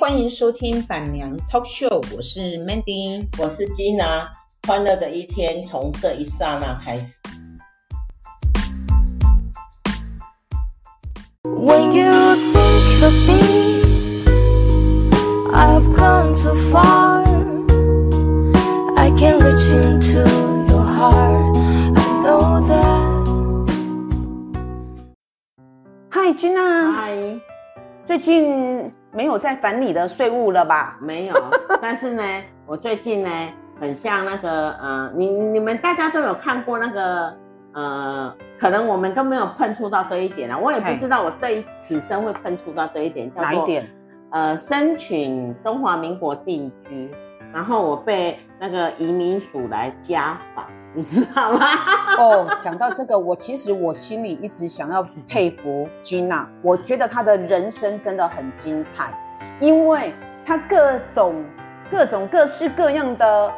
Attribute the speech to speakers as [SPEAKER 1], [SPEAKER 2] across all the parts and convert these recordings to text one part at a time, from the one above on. [SPEAKER 1] 欢迎收听板娘 Talk Show，我是 Mandy。
[SPEAKER 2] 我是 Gina，欢乐的一天从这一刹那开始。
[SPEAKER 3] When you think of me, I've come too far. I can reach into your heart. I know that.
[SPEAKER 4] 嗨君娜，
[SPEAKER 2] 嗨，
[SPEAKER 4] 最近没有在烦你的税务了吧？
[SPEAKER 2] 没有， 但是呢，我最近呢，很像那个呃，你你们大家都有看过那个呃，可能我们都没有碰触到这一点啊，我也不
[SPEAKER 4] 嘿
[SPEAKER 2] 知道我这一此生会碰触到这一点，叫
[SPEAKER 4] 哪一
[SPEAKER 2] 做
[SPEAKER 4] 点？
[SPEAKER 2] 呃申请中华民国定居，然后我被那个移民署来家访，你知道吗？
[SPEAKER 5] 哦，讲到这个，我其实我心里一直想要佩服 Gina，我觉得她的人生真的很精彩，因为她各种各种各式各样的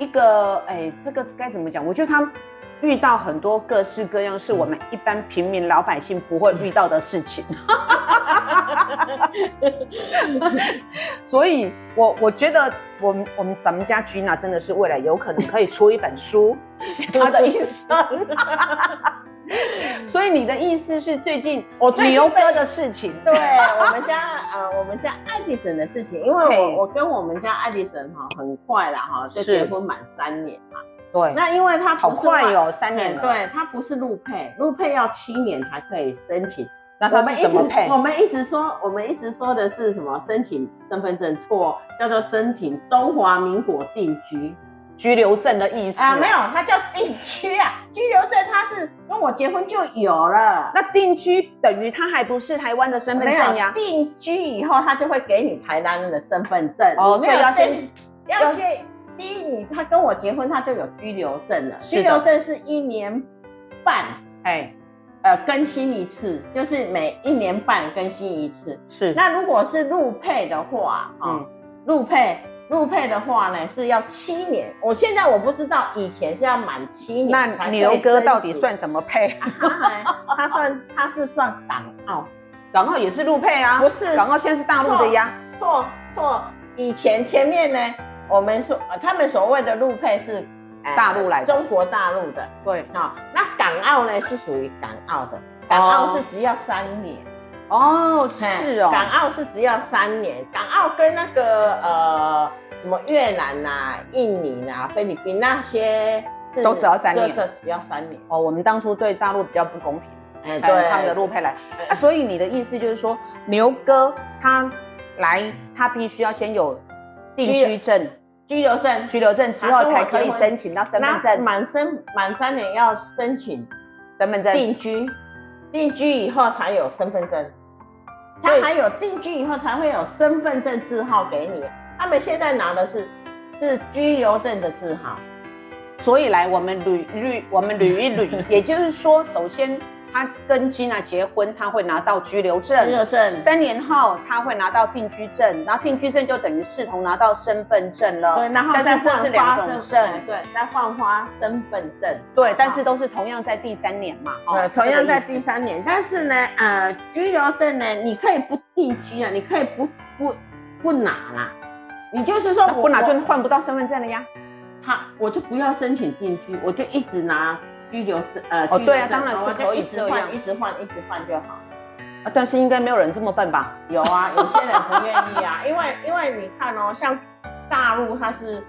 [SPEAKER 5] 一个，哎，这个该怎么讲？我觉得她遇到很多各式各样是我们一般平民老百姓不会遇到的事情。 所以我我觉得我们我们咱们家 Gina 真的是未来有可能可以出一本书，写她的一 生。所以你的意思是最近
[SPEAKER 2] 我最近
[SPEAKER 5] 牛
[SPEAKER 2] 被
[SPEAKER 5] 哥的事情？
[SPEAKER 2] 对我们家呃，我们家爱迪生的事情，因为
[SPEAKER 5] 嘿
[SPEAKER 2] 我我跟我们家爱迪生哈很快了哈，就是结婚满三年嘛。
[SPEAKER 5] 对，
[SPEAKER 2] 那因为他不
[SPEAKER 5] 好
[SPEAKER 2] 是
[SPEAKER 5] 快
[SPEAKER 2] 外
[SPEAKER 5] 哦，三年
[SPEAKER 2] 哎
[SPEAKER 5] 了。，
[SPEAKER 2] 对他不是陆配，陆配要七年才可以申请。
[SPEAKER 5] 那
[SPEAKER 2] 我
[SPEAKER 5] 他
[SPEAKER 2] 们
[SPEAKER 5] 是
[SPEAKER 2] 一
[SPEAKER 5] 什么
[SPEAKER 2] 直
[SPEAKER 5] 配
[SPEAKER 2] 我？们一直说，我们一直说的是什么？申请身份证错，叫做申请中华民国定居
[SPEAKER 5] 居留证的意思
[SPEAKER 2] 啊、没有，。它叫定居啊，居留证它是跟我结婚就有了。
[SPEAKER 5] 那定居等于他还不是台湾的身份
[SPEAKER 2] 没有
[SPEAKER 5] 证呀？
[SPEAKER 2] 定居以后，他就会给你台湾人的身份证。
[SPEAKER 5] 哦
[SPEAKER 2] 你没有
[SPEAKER 5] 所以要
[SPEAKER 2] 申
[SPEAKER 5] 先
[SPEAKER 2] 要先第一，你他跟我结婚，他就有居留证了。
[SPEAKER 5] 是
[SPEAKER 2] 居
[SPEAKER 5] 的
[SPEAKER 2] 留证是一年半，
[SPEAKER 5] 哎，
[SPEAKER 2] 呃，更新一次，就是每一年半更新一次。
[SPEAKER 5] 是
[SPEAKER 2] 那如果是入配的话，啊、
[SPEAKER 5] 嗯
[SPEAKER 2] 入配入配的话呢是要七年。我现在我不知道，以前是要满七年才可以申请。
[SPEAKER 5] 那牛哥到底算什么配？
[SPEAKER 2] 他？他算他是算港澳。
[SPEAKER 5] 港澳也是陆配 啊，
[SPEAKER 2] 不是
[SPEAKER 5] 港澳现在是大陆的呀。
[SPEAKER 2] 错错，以前前面呢，我们说、呃他们所谓的陆配是、呃
[SPEAKER 5] 大陆来的
[SPEAKER 2] 中国大陆的
[SPEAKER 5] 对，
[SPEAKER 2] 哦，那港澳呢是属于港澳的，港澳是只要三年，
[SPEAKER 5] 哦，
[SPEAKER 2] 嘿
[SPEAKER 5] 是哦，
[SPEAKER 2] 港澳是只要三年，港澳跟那个呃什么越南呐、印尼呐、菲律宾那些是
[SPEAKER 5] 都只要三年
[SPEAKER 2] 就只只要三年，
[SPEAKER 5] 哦，我们当初对大陆比较不公平，
[SPEAKER 2] 哎、
[SPEAKER 5] 对他们的陆配来。啊，所以你的意思就是说，牛哥他来，他必须要先有定居证、
[SPEAKER 2] 居留证
[SPEAKER 5] 居留证
[SPEAKER 2] 啊
[SPEAKER 5] 之后，才可以申请到身份
[SPEAKER 2] 那
[SPEAKER 5] 证。
[SPEAKER 2] 满身满三年要申请
[SPEAKER 5] 身份证，
[SPEAKER 2] 定居，定居以后才有身份证，
[SPEAKER 5] 所
[SPEAKER 2] 他
[SPEAKER 5] 以
[SPEAKER 2] 还有定居以后才会有身份证字号给你。他们现在拿的是是居留证的字号，
[SPEAKER 5] 所以来我们捋捋，我们捋一捋。也就是说，首先他跟吉娜结婚，他会拿到居留
[SPEAKER 2] 居
[SPEAKER 5] 证
[SPEAKER 2] 留。证
[SPEAKER 5] 三年后，他会拿到定居证，然后定居证就等于视同拿到身份证了。
[SPEAKER 2] 对，然后
[SPEAKER 5] 但
[SPEAKER 2] 再
[SPEAKER 5] 是这
[SPEAKER 2] 换
[SPEAKER 5] 是
[SPEAKER 2] 发
[SPEAKER 5] 两
[SPEAKER 2] 身
[SPEAKER 5] 种
[SPEAKER 2] 份
[SPEAKER 5] 证，
[SPEAKER 2] 对，再换发身份证，
[SPEAKER 5] 对，但是都是同样在第三年嘛。哦
[SPEAKER 2] 呃，
[SPEAKER 5] 是这
[SPEAKER 2] 同
[SPEAKER 5] 个
[SPEAKER 2] 样在
[SPEAKER 5] 意思
[SPEAKER 2] 第三年，但是呢，呃，居留证呢，你可以不定居啊，你可以不不不拿啦，你就是说
[SPEAKER 5] 那
[SPEAKER 2] 我
[SPEAKER 5] 不拿就
[SPEAKER 2] 我
[SPEAKER 5] 换不到身份证了呀。
[SPEAKER 2] 他我就不要申请定居，我就一直拿居留证，呃，
[SPEAKER 5] 哦
[SPEAKER 2] 居留证
[SPEAKER 5] 对啊当然是
[SPEAKER 2] 我就
[SPEAKER 5] 可以
[SPEAKER 2] 一直
[SPEAKER 5] 这
[SPEAKER 2] 换，
[SPEAKER 5] 样
[SPEAKER 2] 一直换，一直换就好。
[SPEAKER 5] 啊但是应该没有人这么笨吧？
[SPEAKER 2] 有啊， 有些人不愿意啊，因为因为你看哦，像大陆它是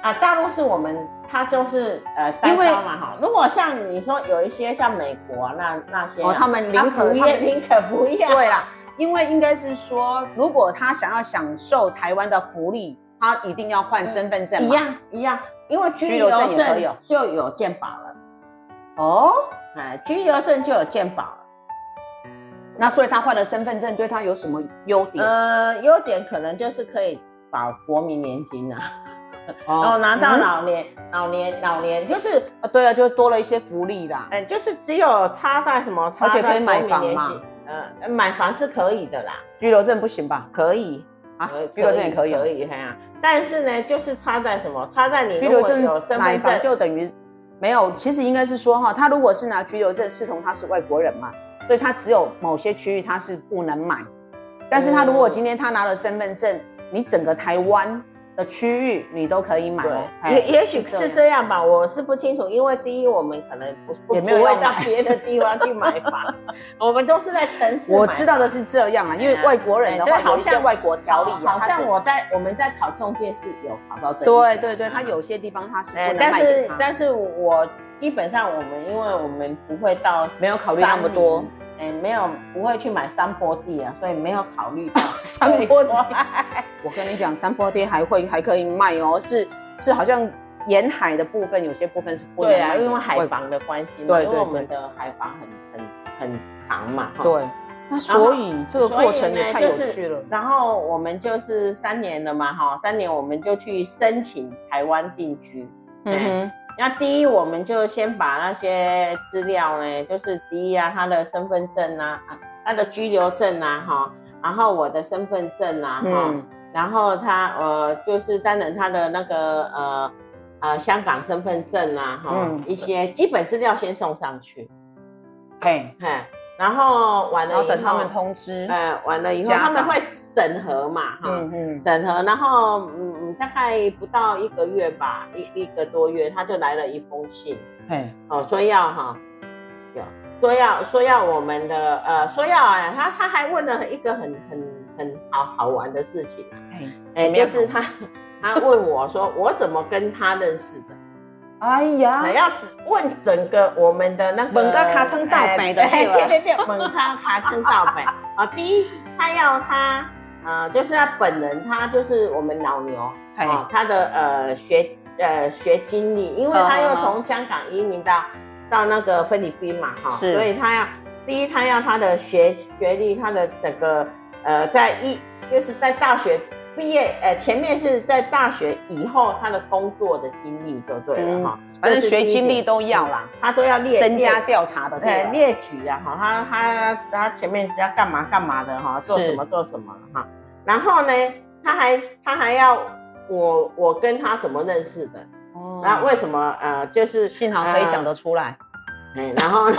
[SPEAKER 2] 啊，大陆是我们它就是呃单
[SPEAKER 5] 因为
[SPEAKER 2] 招嘛哈。如果像你说有一些像美国啊那那些啊、
[SPEAKER 5] 哦他们宁可
[SPEAKER 2] 不
[SPEAKER 5] 他
[SPEAKER 2] 愿，
[SPEAKER 5] 们
[SPEAKER 2] 宁可不要。
[SPEAKER 5] 对啦，因为应该是说，如果他想要享受台湾的福利，他一定要换身份证
[SPEAKER 2] 嗯
[SPEAKER 5] 嘛。
[SPEAKER 2] 一样一样，因为居
[SPEAKER 5] 居
[SPEAKER 2] 留
[SPEAKER 5] 留
[SPEAKER 2] 证
[SPEAKER 5] 证也可以哦
[SPEAKER 2] 就有健保了，
[SPEAKER 5] 哦，
[SPEAKER 2] 哎，居留证就有健保了。
[SPEAKER 5] 那所以他换了身份证，对他有什么优点？
[SPEAKER 2] 呃，优点可能就是可以保国民年金啊，然后拿到
[SPEAKER 5] 嗯
[SPEAKER 2] 老年、老年老年，就是
[SPEAKER 5] 啊对啊，就多了一些福利啦。
[SPEAKER 2] 嗯，就是只有差在什么，差在
[SPEAKER 5] 而且可以买
[SPEAKER 2] 国
[SPEAKER 5] 房
[SPEAKER 2] 民年
[SPEAKER 5] 嘛
[SPEAKER 2] 金。呃，买房是可以的啦，
[SPEAKER 5] 居留证不行吧？
[SPEAKER 2] 可以
[SPEAKER 5] 啊，居留证也可以哦
[SPEAKER 2] 可。以，哎呀、但是呢，就是差在什么？差在你
[SPEAKER 5] 居
[SPEAKER 2] 如
[SPEAKER 5] 留
[SPEAKER 2] 果
[SPEAKER 5] 证
[SPEAKER 2] 有身
[SPEAKER 5] 买
[SPEAKER 2] 份
[SPEAKER 5] 房
[SPEAKER 2] 证，
[SPEAKER 5] 就等于没有，其实应该是说哈，他如果是拿居留证，视同他是外国人嘛，所以他只有某些区域他是不能买，但是他如果今天他拿了身份证，你整个台湾的区域你都可以买哦。哎
[SPEAKER 2] 也也许是这样吧，我是不清楚，因为第一，我们可能不不
[SPEAKER 5] 也没有
[SPEAKER 2] 不会
[SPEAKER 5] 要
[SPEAKER 2] 到
[SPEAKER 5] 买
[SPEAKER 2] 别的地方去买 房，我们都是在城市买房。
[SPEAKER 5] 我知道的是哎这样啦，啊因为外国人的
[SPEAKER 2] 嗯对
[SPEAKER 5] 话
[SPEAKER 2] 对好
[SPEAKER 5] 有一些
[SPEAKER 2] 像哦
[SPEAKER 5] 外国条例啊，
[SPEAKER 2] 好
[SPEAKER 5] 他是
[SPEAKER 2] 像我在我们在考中介是有考到这一
[SPEAKER 5] 对
[SPEAKER 2] 点
[SPEAKER 5] 对对，他有些地方啊他是不
[SPEAKER 2] 哎
[SPEAKER 5] 能
[SPEAKER 2] 但
[SPEAKER 5] 卖给
[SPEAKER 2] 是
[SPEAKER 5] 他。
[SPEAKER 2] 但是我基本上我们因为我们不会到
[SPEAKER 5] 没有考虑那么
[SPEAKER 2] 山里
[SPEAKER 5] 多，
[SPEAKER 2] 哎，没有不会去买山坡地啊，所以没有考虑 到
[SPEAKER 5] 山坡地
[SPEAKER 2] 所以说
[SPEAKER 5] 我跟你讲，山坡地还会还可以卖哦，是是好像沿海的部分有些部分是不能
[SPEAKER 2] 对啊，
[SPEAKER 5] 卖的
[SPEAKER 2] 因为海防的关系嘛，
[SPEAKER 5] 对对
[SPEAKER 2] 因为我
[SPEAKER 5] 对
[SPEAKER 2] 们的海防很很很长嘛，哈。
[SPEAKER 5] 对。那所以这个过程也太有趣了，
[SPEAKER 2] 然后我们就是三年了嘛，哈，三年我们就去申请台湾定居。
[SPEAKER 5] 嗯哼，
[SPEAKER 2] 那第一，我们就先把那些资料呢，就是第一啊，他的身份证啊，啊他的居留证啊，哈，然后我的身份证啊，哈、
[SPEAKER 5] 嗯，
[SPEAKER 2] 然后他呃，就是当然他的那个呃呃香港身份证啊，哈、
[SPEAKER 5] 嗯
[SPEAKER 2] 一些基本资料先送上去，
[SPEAKER 5] 哎，
[SPEAKER 2] 嘿，然后完了
[SPEAKER 5] 然后
[SPEAKER 2] 以
[SPEAKER 5] 等他们通知，
[SPEAKER 2] 呃，完了以后
[SPEAKER 5] 家访
[SPEAKER 2] 他们会审核嘛，哈、
[SPEAKER 5] 嗯嗯，
[SPEAKER 2] 审核，然后嗯嗯，大概不到一个月吧，一一个多月，他就来了一封信，
[SPEAKER 5] 哎，
[SPEAKER 2] 哦，说要哈，有说要说要我们的呃，说要啊，他他还问了一个很很很好好玩的事情，
[SPEAKER 5] 哎
[SPEAKER 2] 哎，
[SPEAKER 5] 怎么
[SPEAKER 2] 就
[SPEAKER 5] 样
[SPEAKER 2] 是他他问我说我怎么跟他认识的，
[SPEAKER 5] 哎呀
[SPEAKER 2] 还，要问整个我们的那个
[SPEAKER 4] 问到尻川到北就
[SPEAKER 2] 哎
[SPEAKER 4] 对了
[SPEAKER 2] 对对对，猛咖卡称到北啊，第一他要他。呃，就是他本人，他就是我们老牛，
[SPEAKER 5] 哎
[SPEAKER 2] 哦，他的呃学呃学经历，因为他又
[SPEAKER 4] 嗯嗯嗯
[SPEAKER 2] 从香港移民到到那个菲律宾嘛，哈、
[SPEAKER 5] 是
[SPEAKER 2] 所以他要第一，他要他的学学历，他的整个呃在一就是在大学毕业，呃前面是在大学以后他的工作的经历就对了哈、
[SPEAKER 5] 反正
[SPEAKER 2] 这是第
[SPEAKER 5] 学
[SPEAKER 2] 一
[SPEAKER 5] 经历
[SPEAKER 2] 点
[SPEAKER 5] 都要啦，
[SPEAKER 2] 他都要列
[SPEAKER 5] 身家
[SPEAKER 2] 列
[SPEAKER 5] 调查的
[SPEAKER 2] 呃
[SPEAKER 5] 对吧，
[SPEAKER 2] 列举啊，哈，他他他前面只要干嘛干嘛的哈，做
[SPEAKER 5] 是
[SPEAKER 2] 什么做什么哈，然后呢，他还他还要我我跟他怎么认识的，
[SPEAKER 5] 哦
[SPEAKER 2] 然后为什么呃就是
[SPEAKER 5] 幸好可以讲得出来，
[SPEAKER 2] 呃哎然 后呢，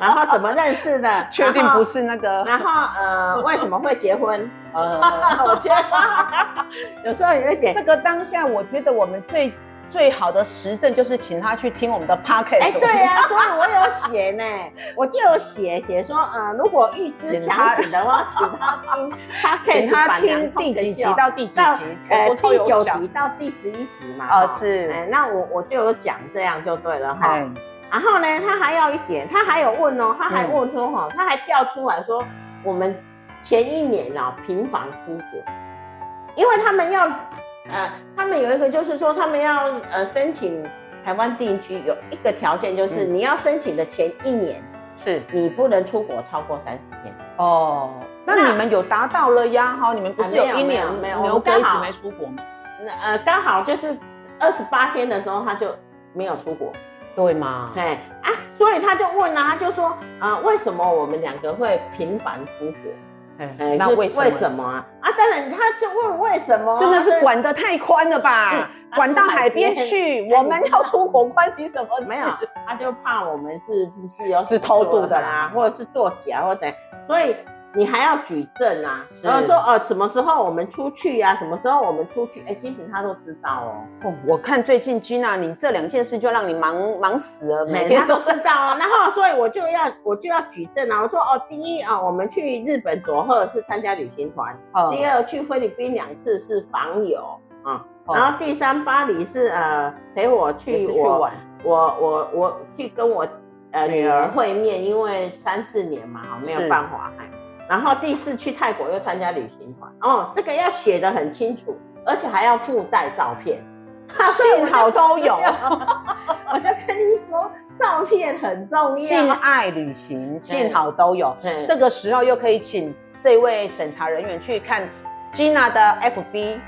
[SPEAKER 2] 然后怎么认识的，
[SPEAKER 4] 确定
[SPEAKER 2] 然后
[SPEAKER 4] 不是那个
[SPEAKER 2] 然后呃为什么会结婚？
[SPEAKER 5] 呃，
[SPEAKER 2] 我觉得 有时候有一点
[SPEAKER 5] 这个当下我觉得我们最最好的实证就是请他去听我们的 podcast，
[SPEAKER 2] 哎，对呀、所以我有写呢，我就有写写说，呃，如果预知
[SPEAKER 5] 请他
[SPEAKER 2] 强请的话，请 他听，他可以
[SPEAKER 5] 请他听第几集到第几
[SPEAKER 2] 到
[SPEAKER 5] 集，全
[SPEAKER 2] 呃
[SPEAKER 5] 部都
[SPEAKER 2] 第
[SPEAKER 5] 有
[SPEAKER 2] 九
[SPEAKER 5] 讲
[SPEAKER 2] 集。到第十一集嘛。
[SPEAKER 5] 啊
[SPEAKER 2] 哈
[SPEAKER 5] 是
[SPEAKER 2] 哎，那我我就有讲这样就对了哈。
[SPEAKER 5] 哎，
[SPEAKER 2] 然后呢，他还要一点，他还有问哦，他还
[SPEAKER 5] 嗯
[SPEAKER 2] 问说哈，他还调出来说，我们前一年啊频繁出国，因为他们要呃，他们有一个就是说他们要呃申请台湾定居，有一个条件就是你要申请的前一年
[SPEAKER 5] 是
[SPEAKER 2] 你不能出国超过三十天。
[SPEAKER 5] 哦，那
[SPEAKER 2] 那
[SPEAKER 5] 你们有达到了呀？哈，你们不
[SPEAKER 2] 啊
[SPEAKER 5] 是
[SPEAKER 2] 没
[SPEAKER 5] 有
[SPEAKER 2] 有
[SPEAKER 5] 一年
[SPEAKER 2] 没有没有我
[SPEAKER 5] 牛
[SPEAKER 2] 们
[SPEAKER 5] 哥
[SPEAKER 2] 刚
[SPEAKER 5] 一直
[SPEAKER 2] 好
[SPEAKER 5] 没出国吗？
[SPEAKER 2] 那呃，刚好就是二十八天的时候他就没有出国。
[SPEAKER 5] 对嘛？
[SPEAKER 2] 哎啊，所以他就问啊，他就说啊、为什么我们两个会频繁出国？哎
[SPEAKER 5] 哎，那
[SPEAKER 2] 就
[SPEAKER 5] 为什么？
[SPEAKER 2] 为什么啊？啊，当然他就问为什么啊、
[SPEAKER 5] 真的是管得太宽了吧？
[SPEAKER 2] 嗯
[SPEAKER 5] 管到海边去，
[SPEAKER 2] 哎
[SPEAKER 5] 我们要出国关你什么事？
[SPEAKER 2] 没有，他就怕我们是不是有
[SPEAKER 5] 是偷渡的啦
[SPEAKER 2] 啦，或者是作假或者怎样，所以你还要举证啊。
[SPEAKER 5] 是
[SPEAKER 2] 然后说呃，什么时候我们出去呀、啊？什么时候我们出去？哎，其实他都知道哦，
[SPEAKER 5] 哦我看最近吉娜，你这两件事就让你忙忙死了，每
[SPEAKER 2] 哎
[SPEAKER 5] 天
[SPEAKER 2] 他
[SPEAKER 5] 都
[SPEAKER 2] 都知道啊。 然后所以我就要我就要举证啊。我说哦，第一啊、我们去日本佐贺是参加旅行团。
[SPEAKER 5] 哦
[SPEAKER 2] 第二去菲律宾两次是访友啊，
[SPEAKER 5] 哦
[SPEAKER 2] 然后第三巴黎是呃陪我
[SPEAKER 5] 也
[SPEAKER 2] 去
[SPEAKER 5] 是去
[SPEAKER 2] 我
[SPEAKER 5] 玩，
[SPEAKER 2] 我我我去跟我呃
[SPEAKER 5] 女
[SPEAKER 2] 女
[SPEAKER 5] 儿
[SPEAKER 2] 儿会面，因为三四年嘛哈没有
[SPEAKER 5] 是
[SPEAKER 2] 办法哎。然后第四去泰国又参加旅行团哦，这个要写的很清楚，而且还要附带照片。
[SPEAKER 5] 幸好都 有
[SPEAKER 2] 我就跟你说，照片很重要。
[SPEAKER 5] 性爱旅行，幸好都有。
[SPEAKER 2] 嗯
[SPEAKER 5] 这个时候又可以请这位审查人员去看吉娜的 FB，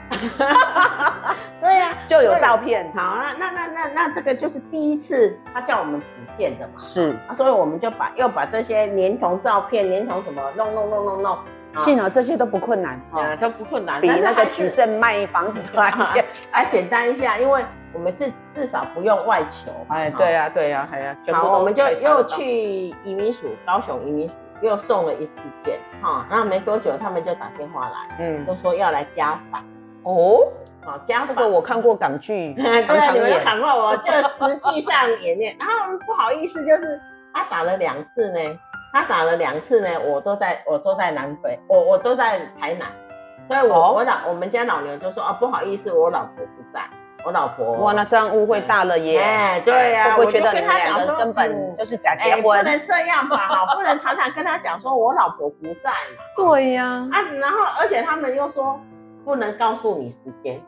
[SPEAKER 2] 对呀、
[SPEAKER 5] 就有照片。
[SPEAKER 2] 好，那那那那那这个就是第一次他叫我们补件的嘛。
[SPEAKER 5] 是，
[SPEAKER 2] 啊，所以我们就把又把这些连同照片、连同什么弄弄弄弄弄，
[SPEAKER 5] 幸好这些都不困难
[SPEAKER 2] 啊、
[SPEAKER 5] 哈，
[SPEAKER 2] 都不困难，
[SPEAKER 5] 哦比
[SPEAKER 2] 但是
[SPEAKER 5] 那个
[SPEAKER 2] 还是
[SPEAKER 5] 举 证卖房子都还 简单。
[SPEAKER 2] 还简单一下，因为我们至至少不用外求。
[SPEAKER 5] 哎，
[SPEAKER 2] 啊
[SPEAKER 5] 对呀、对呀、哎呀、全部
[SPEAKER 2] 好，
[SPEAKER 5] 都
[SPEAKER 2] 我们就
[SPEAKER 5] 可以查得
[SPEAKER 2] 又
[SPEAKER 5] 到
[SPEAKER 2] 去移民署，高雄移民署又送了一次件哈、那没多久他们就打电话来，
[SPEAKER 5] 嗯，
[SPEAKER 2] 就说要来家访，
[SPEAKER 5] 哦，
[SPEAKER 2] 好、家
[SPEAKER 5] 这
[SPEAKER 2] 访。
[SPEAKER 5] 个我看过港 剧，
[SPEAKER 2] 对，
[SPEAKER 5] 常常
[SPEAKER 2] 你们
[SPEAKER 5] 演。
[SPEAKER 2] 喊过我，就实际上演 练。然后不好意思，就是他打了两次呢，他打了两次呢，我都在我都在南北，我我都在台南，所以我、
[SPEAKER 5] 哦
[SPEAKER 2] 我老我们家老牛就说哦，不好意思，我老婆不在，我老婆
[SPEAKER 5] 哇，那这样误会大了耶！
[SPEAKER 2] 哎对呀、
[SPEAKER 5] 会
[SPEAKER 2] 我
[SPEAKER 5] 不会觉得
[SPEAKER 2] 就
[SPEAKER 5] 你
[SPEAKER 2] 跟他
[SPEAKER 5] 们
[SPEAKER 2] 讲
[SPEAKER 5] 两个
[SPEAKER 2] 说
[SPEAKER 5] 根本
[SPEAKER 2] 嗯
[SPEAKER 5] 就是假结
[SPEAKER 2] 哎、不
[SPEAKER 5] 婚？
[SPEAKER 2] 能这样 吧，好，不能常常跟他讲说我老婆不在嘛，
[SPEAKER 5] 对呀，
[SPEAKER 2] 啊，然后而且他们又说不能告诉你时间，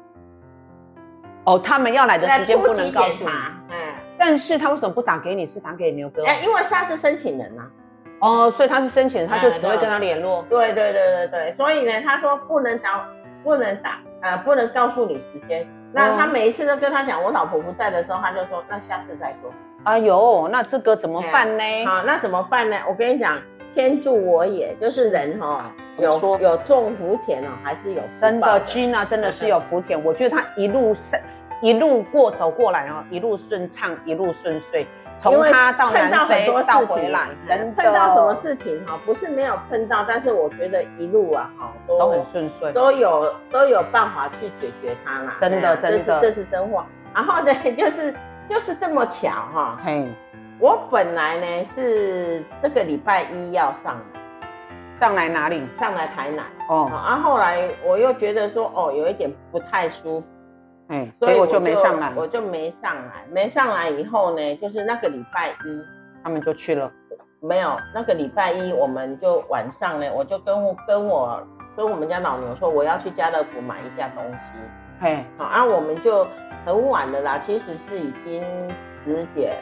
[SPEAKER 5] 哦，他们要来的时间不能告
[SPEAKER 2] 突
[SPEAKER 5] 诉
[SPEAKER 2] 击检
[SPEAKER 5] 你，
[SPEAKER 2] 查，哎。
[SPEAKER 5] 但是他为什么不打给你？是打给牛哥？
[SPEAKER 2] 哎、因为他是申请人啊呐、
[SPEAKER 5] 哦，所以他是申请人，他就
[SPEAKER 2] 哎
[SPEAKER 5] 只会跟他联络。
[SPEAKER 2] 对对对对对，所以呢，他说不能打，不能打，呃，不能告诉你时间。
[SPEAKER 5] 嗯
[SPEAKER 2] 那他每一次都跟他讲我老婆不在的时候，他就说那下次再说。
[SPEAKER 5] 哎呦，那这个怎么办呢？
[SPEAKER 2] 好，那怎么办呢？我跟你讲，天助我也，就是人哈、
[SPEAKER 5] 怎么
[SPEAKER 2] 有
[SPEAKER 5] 说
[SPEAKER 2] 有种福田哦，还是有福报
[SPEAKER 5] 真的，Gina 真的是有福田，我觉得他一路是一路过走过来哦，一路顺畅，一路顺遂，
[SPEAKER 2] 因
[SPEAKER 5] 从
[SPEAKER 2] 为
[SPEAKER 5] 他到
[SPEAKER 2] 碰到
[SPEAKER 5] 南
[SPEAKER 2] 很
[SPEAKER 5] 非
[SPEAKER 2] 多
[SPEAKER 5] 到
[SPEAKER 2] 事
[SPEAKER 5] 回
[SPEAKER 2] 情哎
[SPEAKER 5] 来，真的
[SPEAKER 2] 碰到什么事情哈、不是没有碰到，但是我觉得一路啊哈、都
[SPEAKER 5] 都很顺遂。
[SPEAKER 2] 都有都有办法去解决它啦。
[SPEAKER 5] 真的
[SPEAKER 2] 哎呀
[SPEAKER 5] 真
[SPEAKER 2] 这
[SPEAKER 5] 的
[SPEAKER 2] 是这是真话。然后呢， 就是就是这么巧哈、
[SPEAKER 6] 嘿，
[SPEAKER 2] 我本来呢是这个礼拜一要上来
[SPEAKER 5] 上来哪里？
[SPEAKER 2] 上来台南，
[SPEAKER 5] 哦，
[SPEAKER 2] 啊，后来我又觉得说哦有一点不太舒服，
[SPEAKER 5] 哎，
[SPEAKER 2] 所以
[SPEAKER 5] 结果就没上来，
[SPEAKER 2] 我就没上来，没上来以后呢，就是那个礼拜一。
[SPEAKER 5] 他们就去了。
[SPEAKER 2] 没有，那个礼拜一我们就晚上呢，我就跟我跟我跟我们家老牛说，我要去家乐福买一下东西。
[SPEAKER 5] 嘿，
[SPEAKER 2] 好，啊，我们就很晚了啦，其实是已经十点，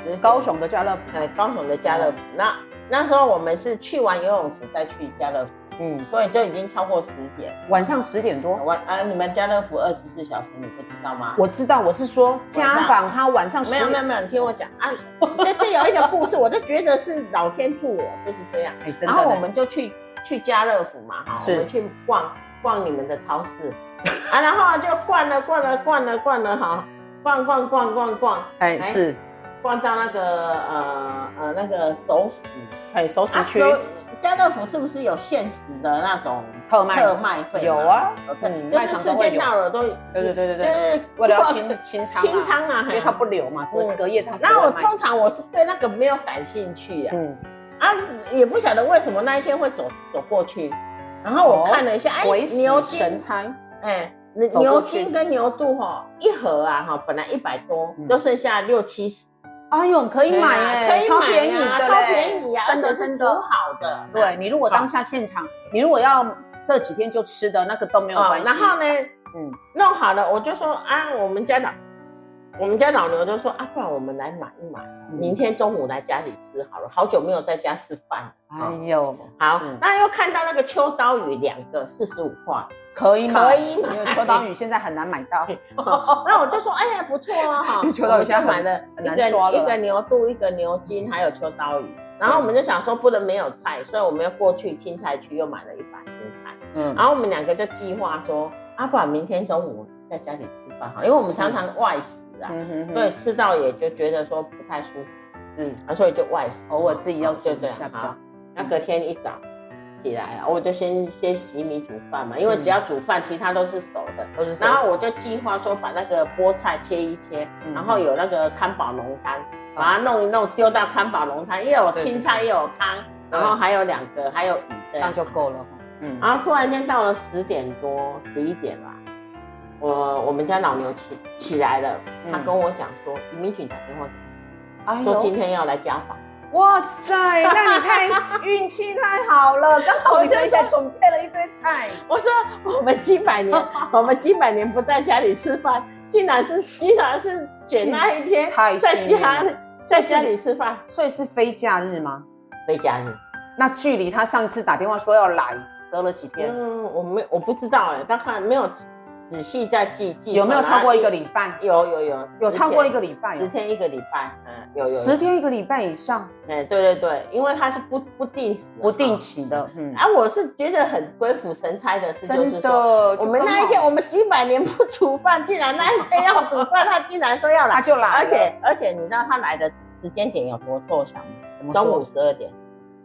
[SPEAKER 2] 十点
[SPEAKER 5] 高雄的家乐福，
[SPEAKER 2] 呃高雄的家乐福。那那时候我们是去完游泳池再去家乐福，
[SPEAKER 5] 嗯，
[SPEAKER 2] 所以就已经超过十点。
[SPEAKER 5] 晚上十点多。
[SPEAKER 2] 我啊，你们家乐福二十四小时你不知道吗？
[SPEAKER 5] 我知道，我是说家访他晚上十
[SPEAKER 2] 没有没有
[SPEAKER 5] 点，
[SPEAKER 2] 没有，你听我讲啊，这这有一个故事，我就觉得是老天助我，就是这样。
[SPEAKER 5] 哎，真的呢。
[SPEAKER 2] 然后我们就去去家乐福嘛，哈，
[SPEAKER 5] 是
[SPEAKER 2] 我们去逛逛你们的超市啊，然后就逛了逛了逛了逛了哈，逛逛逛逛逛，
[SPEAKER 5] 哎是，
[SPEAKER 2] 逛到那个呃呃那个熟食
[SPEAKER 5] 哎熟食
[SPEAKER 2] 啊
[SPEAKER 5] 区
[SPEAKER 2] 熟家乐福是不是有限时的那种
[SPEAKER 5] 特卖
[SPEAKER 2] 特卖费？
[SPEAKER 5] 有，啊，嗯
[SPEAKER 2] 对，就
[SPEAKER 5] 卖
[SPEAKER 2] 是
[SPEAKER 5] 场
[SPEAKER 2] 时
[SPEAKER 5] 都会
[SPEAKER 2] 间
[SPEAKER 5] 有，
[SPEAKER 2] 到了都
[SPEAKER 5] 对对对对
[SPEAKER 2] 就
[SPEAKER 5] 对，
[SPEAKER 2] 是
[SPEAKER 5] 为了要
[SPEAKER 2] 过
[SPEAKER 5] 清清仓
[SPEAKER 2] 清
[SPEAKER 5] 啊，
[SPEAKER 2] 仓啊，
[SPEAKER 5] 因为他不留嘛，隔
[SPEAKER 2] 嗯
[SPEAKER 5] 隔夜他不
[SPEAKER 2] 那
[SPEAKER 5] 会
[SPEAKER 2] 我
[SPEAKER 5] 卖
[SPEAKER 2] 通常我是对那个没有感兴趣呀、
[SPEAKER 5] 嗯
[SPEAKER 2] 啊，也不晓得为什么那一天会走走过去，然后我看了一下，哎、
[SPEAKER 5] 哦鬼使
[SPEAKER 2] 牛筋
[SPEAKER 5] 神，差，
[SPEAKER 2] 哎、牛
[SPEAKER 5] 走过
[SPEAKER 2] 牛
[SPEAKER 5] 去
[SPEAKER 2] 筋跟牛肚哈、一盒啊哈，本来一百多，
[SPEAKER 5] 嗯
[SPEAKER 2] 就剩下六七十，
[SPEAKER 5] 哎呦可以买哎，
[SPEAKER 2] 可以
[SPEAKER 5] 超
[SPEAKER 2] 买啊
[SPEAKER 5] 便宜的嘞，
[SPEAKER 2] 超便宜啊，
[SPEAKER 5] 真的
[SPEAKER 2] 而且是
[SPEAKER 5] 真
[SPEAKER 2] 煮
[SPEAKER 5] 的，嗯
[SPEAKER 2] 好的，嗯
[SPEAKER 5] 对你如果当下现场，你如果要这几天就吃的那个都没有
[SPEAKER 2] 哦
[SPEAKER 5] 关，系，
[SPEAKER 2] 然后呢，
[SPEAKER 5] 嗯
[SPEAKER 2] 嗯，弄好了，我就说啊，我们家老，我们家老牛就说啊，不然我们来买一买，
[SPEAKER 5] 嗯
[SPEAKER 2] 明天中午来家里吃好了，好久没有在家吃饭了。
[SPEAKER 5] 哎呦
[SPEAKER 2] 好
[SPEAKER 5] 是，
[SPEAKER 2] 那又看到那个秋刀鱼两个四十五块，
[SPEAKER 5] 可以买，
[SPEAKER 2] 可以买
[SPEAKER 5] 因为秋刀鱼现在很难买到，
[SPEAKER 2] 那我就说，哎呀，不错啊，哈
[SPEAKER 5] 因为秋刀鱼
[SPEAKER 2] 我
[SPEAKER 5] 现在
[SPEAKER 2] 就
[SPEAKER 5] 很
[SPEAKER 2] 买了
[SPEAKER 5] 很
[SPEAKER 2] 一
[SPEAKER 5] 难
[SPEAKER 2] 个
[SPEAKER 5] 抓了
[SPEAKER 2] 一个牛肚，一个牛筋，还有秋刀鱼。然后我们就想说，不能没有菜，所以我们又过去青菜区又买了一把青菜。
[SPEAKER 5] 嗯
[SPEAKER 2] 然后我们两个就计划说，啊，不然明天中午在家里吃饭好，因为我们常常外食啊，
[SPEAKER 5] 嗯哼哼
[SPEAKER 2] 所以吃到也就觉得说不太舒服，
[SPEAKER 5] 嗯
[SPEAKER 2] 嗯，啊，所以就外食，啊
[SPEAKER 5] 偶尔自己要煮
[SPEAKER 2] 就
[SPEAKER 5] 一
[SPEAKER 2] 这
[SPEAKER 5] 下
[SPEAKER 2] 样
[SPEAKER 5] 比较
[SPEAKER 2] 哈。那隔天一早起来啊，我就先先洗米煮饭嘛，因
[SPEAKER 5] 嗯
[SPEAKER 2] 为只要煮饭，其他都是熟的。
[SPEAKER 5] 都是熟
[SPEAKER 2] 然后我就计划说把那个菠菜切一切，
[SPEAKER 5] 嗯啊
[SPEAKER 2] 然后有那个康宝浓汤，把它弄一弄丢到康宝浓汤，又有青菜又有汤，
[SPEAKER 5] 对
[SPEAKER 2] 然后还有两个还有鱼，这
[SPEAKER 5] 嗯这样就够了，嗯，
[SPEAKER 2] 然后突然间到了十点多十一点吧，我我们家老牛起起来了，他
[SPEAKER 5] 嗯
[SPEAKER 2] 跟我讲说，民警打电话
[SPEAKER 5] 哎
[SPEAKER 2] 说今
[SPEAKER 5] 呦，
[SPEAKER 2] 天要来家访。
[SPEAKER 5] 哇塞，那你太运气太好 了，刚好你回家准备了一堆菜，
[SPEAKER 2] 我说我们几百 年，我们几百年不在家里吃饭，竟然是竟然是选那一天
[SPEAKER 5] 太
[SPEAKER 2] 在
[SPEAKER 5] 幸运
[SPEAKER 2] 家
[SPEAKER 5] 了
[SPEAKER 2] 在家里吃饭，
[SPEAKER 5] 所以是非假日吗？
[SPEAKER 2] 没假日。
[SPEAKER 5] 那距离他上次打电话说要来，隔了几天，
[SPEAKER 2] 嗯，我没我不知道哎、大概没有仔细在记记，
[SPEAKER 5] 有没有超过一个？礼拜？
[SPEAKER 2] 有有有
[SPEAKER 5] 有超过一个
[SPEAKER 2] 礼
[SPEAKER 5] 礼拜哦，
[SPEAKER 2] 十天一个礼拜，嗯，有有有
[SPEAKER 5] 十，天一个礼拜以上，
[SPEAKER 2] 哎，对对对，因为它是不不定时的
[SPEAKER 5] 不定。期的，嗯，
[SPEAKER 2] 啊，我是觉得很鬼斧神差的事，就是
[SPEAKER 5] 真
[SPEAKER 2] 说，
[SPEAKER 5] 的，
[SPEAKER 2] 我们那一天我们几百年不煮饭，竟然那一天要煮饭，他竟然说要来
[SPEAKER 5] 他，就来了，
[SPEAKER 2] 而且而且你知道他来的时间点有多凑巧吗？
[SPEAKER 5] 怎么说
[SPEAKER 2] 中午十二点，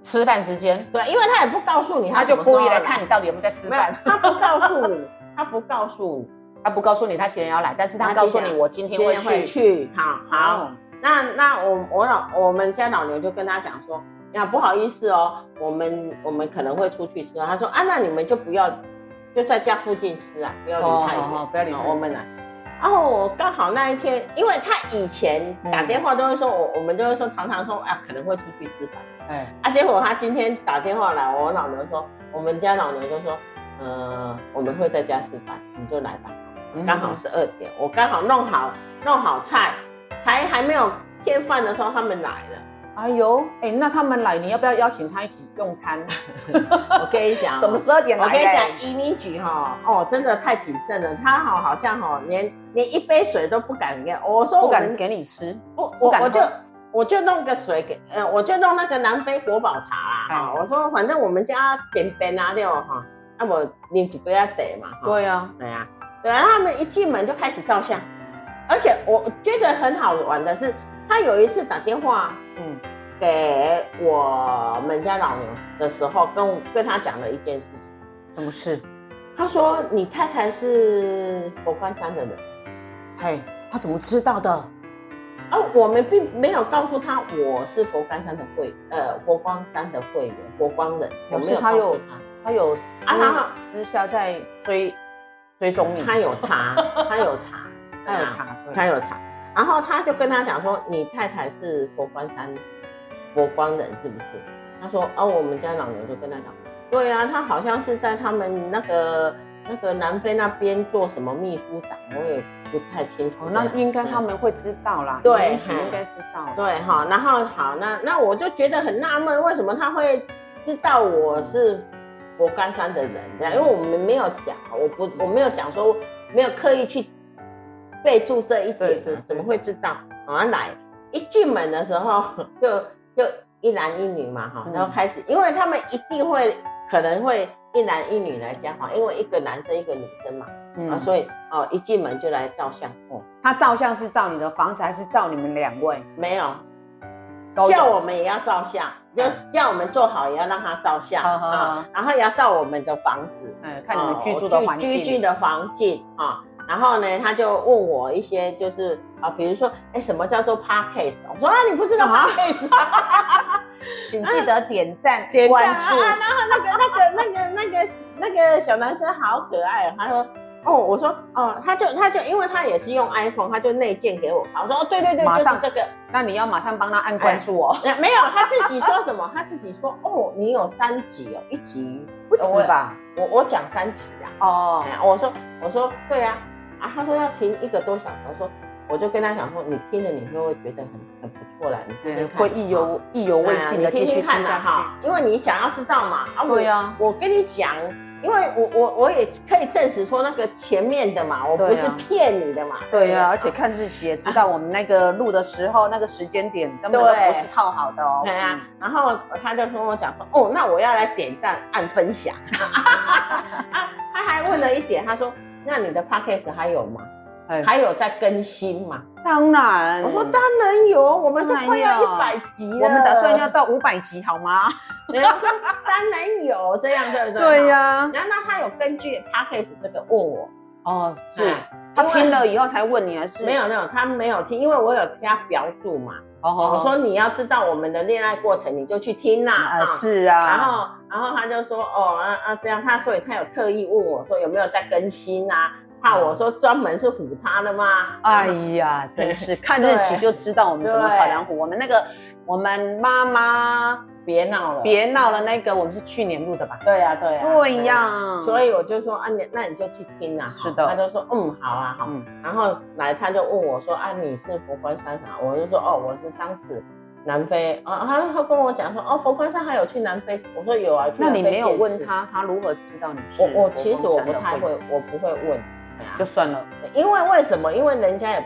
[SPEAKER 5] 吃饭时间，
[SPEAKER 2] 对，因为他也不告诉你，
[SPEAKER 5] 他
[SPEAKER 2] 什
[SPEAKER 5] 就
[SPEAKER 2] 么
[SPEAKER 5] 故
[SPEAKER 2] 时
[SPEAKER 5] 意
[SPEAKER 2] 候
[SPEAKER 5] 来看你到底有没有在吃
[SPEAKER 2] 没有
[SPEAKER 5] 饭。，
[SPEAKER 2] 他不告诉你，他不告诉你，
[SPEAKER 5] 他不告诉你他几点要来，但是他
[SPEAKER 2] 他
[SPEAKER 5] 告诉
[SPEAKER 2] 几
[SPEAKER 5] 你
[SPEAKER 2] 点
[SPEAKER 5] 我今天
[SPEAKER 2] 今天
[SPEAKER 5] 会
[SPEAKER 2] 会
[SPEAKER 5] 去。
[SPEAKER 2] 去，好好。
[SPEAKER 5] 嗯，
[SPEAKER 2] 那那我我老我们家老牛就跟他讲说，呀不好意思哦，我们我们可能会出去吃饭。他说啊，那你们就不要就在家附近吃啊，不要离太远、
[SPEAKER 5] 哦哦哦不要离太远
[SPEAKER 2] 我们来。然后我刚好那一天，因为他以前打电话都会说，我、我们就会说常常说啊，可能会出去吃饭。
[SPEAKER 5] 哎，
[SPEAKER 2] 啊，结果他今天打电话来，我老牛说，我们家老牛就说，呃，我们会在家吃饭，你就来吧。
[SPEAKER 5] 嗯
[SPEAKER 2] 刚好是二点，我刚好弄好弄好菜，还还没有添饭的时候，他们来了。
[SPEAKER 5] 哎呦，哎，那他们来，你要不要邀请他一起用餐？
[SPEAKER 2] 我跟你讲哦，
[SPEAKER 5] 怎么十二点来
[SPEAKER 2] 我
[SPEAKER 5] 的？
[SPEAKER 2] 跟你讲，移民局哈、哦，真的太谨慎了。他哈、好像哈、连连一杯水都不敢给。我说
[SPEAKER 5] 不
[SPEAKER 2] 我
[SPEAKER 5] 敢
[SPEAKER 2] 们
[SPEAKER 5] 给你吃。
[SPEAKER 2] 不，
[SPEAKER 5] 不
[SPEAKER 2] 我
[SPEAKER 5] 敢
[SPEAKER 2] 我就
[SPEAKER 5] 喝
[SPEAKER 2] 我就弄个水给，呃，我就弄那个南非国宝茶啦。
[SPEAKER 5] 哎
[SPEAKER 2] 哈、我说反正我们家边边啊了哈，那么你就不要得嘛。哈
[SPEAKER 5] 对呀，
[SPEAKER 2] 对啊，对啊，他们一进门就开始照相，而且我觉得很好玩的是，他有一次打电话，嗯，给我们家老牛的时候，跟我跟他讲了一件事情，
[SPEAKER 5] 什么事？
[SPEAKER 2] 他说你太太是佛光山的人，
[SPEAKER 5] 嘿，他怎么知道的？
[SPEAKER 2] 而、啊我们并没有告诉他我是佛光山的会，呃，佛光山的会员，佛光人，我
[SPEAKER 5] 表
[SPEAKER 2] 没
[SPEAKER 5] 示
[SPEAKER 2] 有
[SPEAKER 5] 他
[SPEAKER 2] 告
[SPEAKER 5] 有
[SPEAKER 2] 诉他。
[SPEAKER 5] 他有私
[SPEAKER 2] 啊他
[SPEAKER 5] 私下在追追踪你，
[SPEAKER 2] 他有查，他有查，
[SPEAKER 5] 他有
[SPEAKER 2] 对啊，
[SPEAKER 5] 查，
[SPEAKER 2] 嗯
[SPEAKER 5] 对
[SPEAKER 2] 他有查。然后他就跟他讲说：“你太太是佛光山佛光人是不是？”他说：“哦，我们家老牛就跟他讲，对啊，他好像是在他们那个那个南非那边做什么秘书长，我也不太清楚
[SPEAKER 5] 哦，
[SPEAKER 2] 这样。
[SPEAKER 5] 那应该他
[SPEAKER 2] 嗯
[SPEAKER 5] 们会知道啦，
[SPEAKER 2] 对
[SPEAKER 5] 也许
[SPEAKER 2] 嘿
[SPEAKER 5] 应该知道啦。
[SPEAKER 2] 对哈，然后好，那那我就觉得很纳闷，为什么他会知道我是佛冈山的人？这样，因为我们没有讲，我不我没有讲说没有刻意去备注这一点、啊，
[SPEAKER 5] 对对对
[SPEAKER 2] 怎么会知道？啊，来一进门的时候 就就一男一女嘛哈，
[SPEAKER 5] 嗯
[SPEAKER 2] 然后开始，因为他们一定会可能会一男一女来交往，因为一个男生一个女生嘛，啊，
[SPEAKER 5] 嗯，
[SPEAKER 2] 所以哦一进门就来照相哦，
[SPEAKER 5] 他照相是照你的房子，还是照你们两位？
[SPEAKER 2] 没有
[SPEAKER 5] 都有
[SPEAKER 2] 叫我们也要照相，就叫我们做好也要让他照相
[SPEAKER 5] 好好好
[SPEAKER 2] 啊，然后也要照我们的房子，
[SPEAKER 5] 哎，看你们
[SPEAKER 2] 哦
[SPEAKER 5] 居住的环境。
[SPEAKER 2] 居居 的环境啊。然后呢，他就问我一些就是啊，比如说，哎，什么叫做 podcast？我说啊，你不知道 podcast
[SPEAKER 5] 请记得点赞、
[SPEAKER 2] 点赞
[SPEAKER 5] 关
[SPEAKER 2] 啊
[SPEAKER 5] 注。
[SPEAKER 2] 啊然后那个那个那个那个那个小男生好可爱、哦，他说。哦，我说哦，他就他就因为他也是用 iPhone，他就内建给我看。我说哦，对对对，
[SPEAKER 5] 马
[SPEAKER 2] 就是
[SPEAKER 5] 上
[SPEAKER 2] 这个。
[SPEAKER 5] 那你要马上帮他按关 注哦，
[SPEAKER 2] 那没有，他自己说什么？ 他自己说哦，你有三集哦，一集
[SPEAKER 5] 不止吧？
[SPEAKER 2] 我我讲三集啊，
[SPEAKER 5] 哦
[SPEAKER 2] 哎，呀我说我说对啊，啊，他说要听一个多小时，我说我就跟他讲说，你听了你会不会觉得很很不错啦？你听听
[SPEAKER 5] 嗯
[SPEAKER 2] 看
[SPEAKER 5] 会意犹意犹未尽的
[SPEAKER 2] 哎呀
[SPEAKER 5] 继
[SPEAKER 2] 你
[SPEAKER 5] 续
[SPEAKER 2] 听
[SPEAKER 5] 听
[SPEAKER 2] 看
[SPEAKER 5] 下
[SPEAKER 2] 啊
[SPEAKER 5] 去。
[SPEAKER 2] 哈，因为你想要知道嘛，啊，我
[SPEAKER 5] 对呀，
[SPEAKER 2] 我跟你讲，因为我我我也可以证实说那个前面的嘛，我不
[SPEAKER 5] 对
[SPEAKER 2] 是
[SPEAKER 5] 啊
[SPEAKER 2] 骗你的嘛，
[SPEAKER 5] 对呀，
[SPEAKER 2] 啊，
[SPEAKER 5] 而且看日期也知道我们那个录的时候那个时间点根本 都
[SPEAKER 2] 对
[SPEAKER 5] 不是套好的哦。
[SPEAKER 2] 对啊，然后他就跟我讲说，哦，那我要来点赞按分 享。啊，他还问了一点，他说，那你的 podcast 还有吗？
[SPEAKER 5] 哎
[SPEAKER 2] 还有在更新吗？
[SPEAKER 5] 嗯，当然，
[SPEAKER 2] 我说当然有，我们都快要一
[SPEAKER 5] 当然
[SPEAKER 2] 百
[SPEAKER 5] 有
[SPEAKER 2] 集了，
[SPEAKER 5] 我们 打算要到五百集好吗？
[SPEAKER 2] 人家说当然有这样，对不对？啊
[SPEAKER 5] 对。呀，
[SPEAKER 2] 然后那他有根据 podcast 这个问我，
[SPEAKER 5] 哦，是
[SPEAKER 2] 哎
[SPEAKER 5] 他听了以后才问你，还 是
[SPEAKER 2] 没？有没有，他没有听，因为我有听他标注嘛。
[SPEAKER 5] 哦，
[SPEAKER 2] 我
[SPEAKER 5] 我说
[SPEAKER 2] 说你要知道我们的恋爱过程，你就去听啦。
[SPEAKER 5] 啊，
[SPEAKER 2] 啊
[SPEAKER 5] 是啊，
[SPEAKER 2] 然后，然后他就说，哦，啊啊，这样，他所以他有特意问我说有没有在更新啊？怕我说专门是唬他的 吗？
[SPEAKER 5] 哎呀，真是看日期就知道我们怎么考量虎。我们那个，我们妈妈
[SPEAKER 2] 别闹了，
[SPEAKER 5] 别闹了，那个我们是去年录的吧？
[SPEAKER 2] 对呀、对呀、啊
[SPEAKER 5] 对啊呀，
[SPEAKER 2] 所以我就说啊，你那你就去听啦、
[SPEAKER 5] 是的
[SPEAKER 2] 他就说嗯，好啊，好。
[SPEAKER 5] 嗯
[SPEAKER 2] 然后来他就问我说啊，你是佛光山啊？我就说哦，我是当时南非啊。他他跟我讲说哦，佛光山还有去南非，我说有啊，去
[SPEAKER 5] 那
[SPEAKER 2] 南非
[SPEAKER 5] 你没有
[SPEAKER 2] 见识
[SPEAKER 5] 问？他，他如何知道你是
[SPEAKER 2] 我我
[SPEAKER 5] 国光
[SPEAKER 2] 其实我
[SPEAKER 5] 山
[SPEAKER 2] 不
[SPEAKER 5] 的
[SPEAKER 2] 太
[SPEAKER 5] 会
[SPEAKER 2] 会啊
[SPEAKER 5] 员，，
[SPEAKER 2] 我不会问。
[SPEAKER 5] 就算了。
[SPEAKER 2] 因为为什么？因为人家也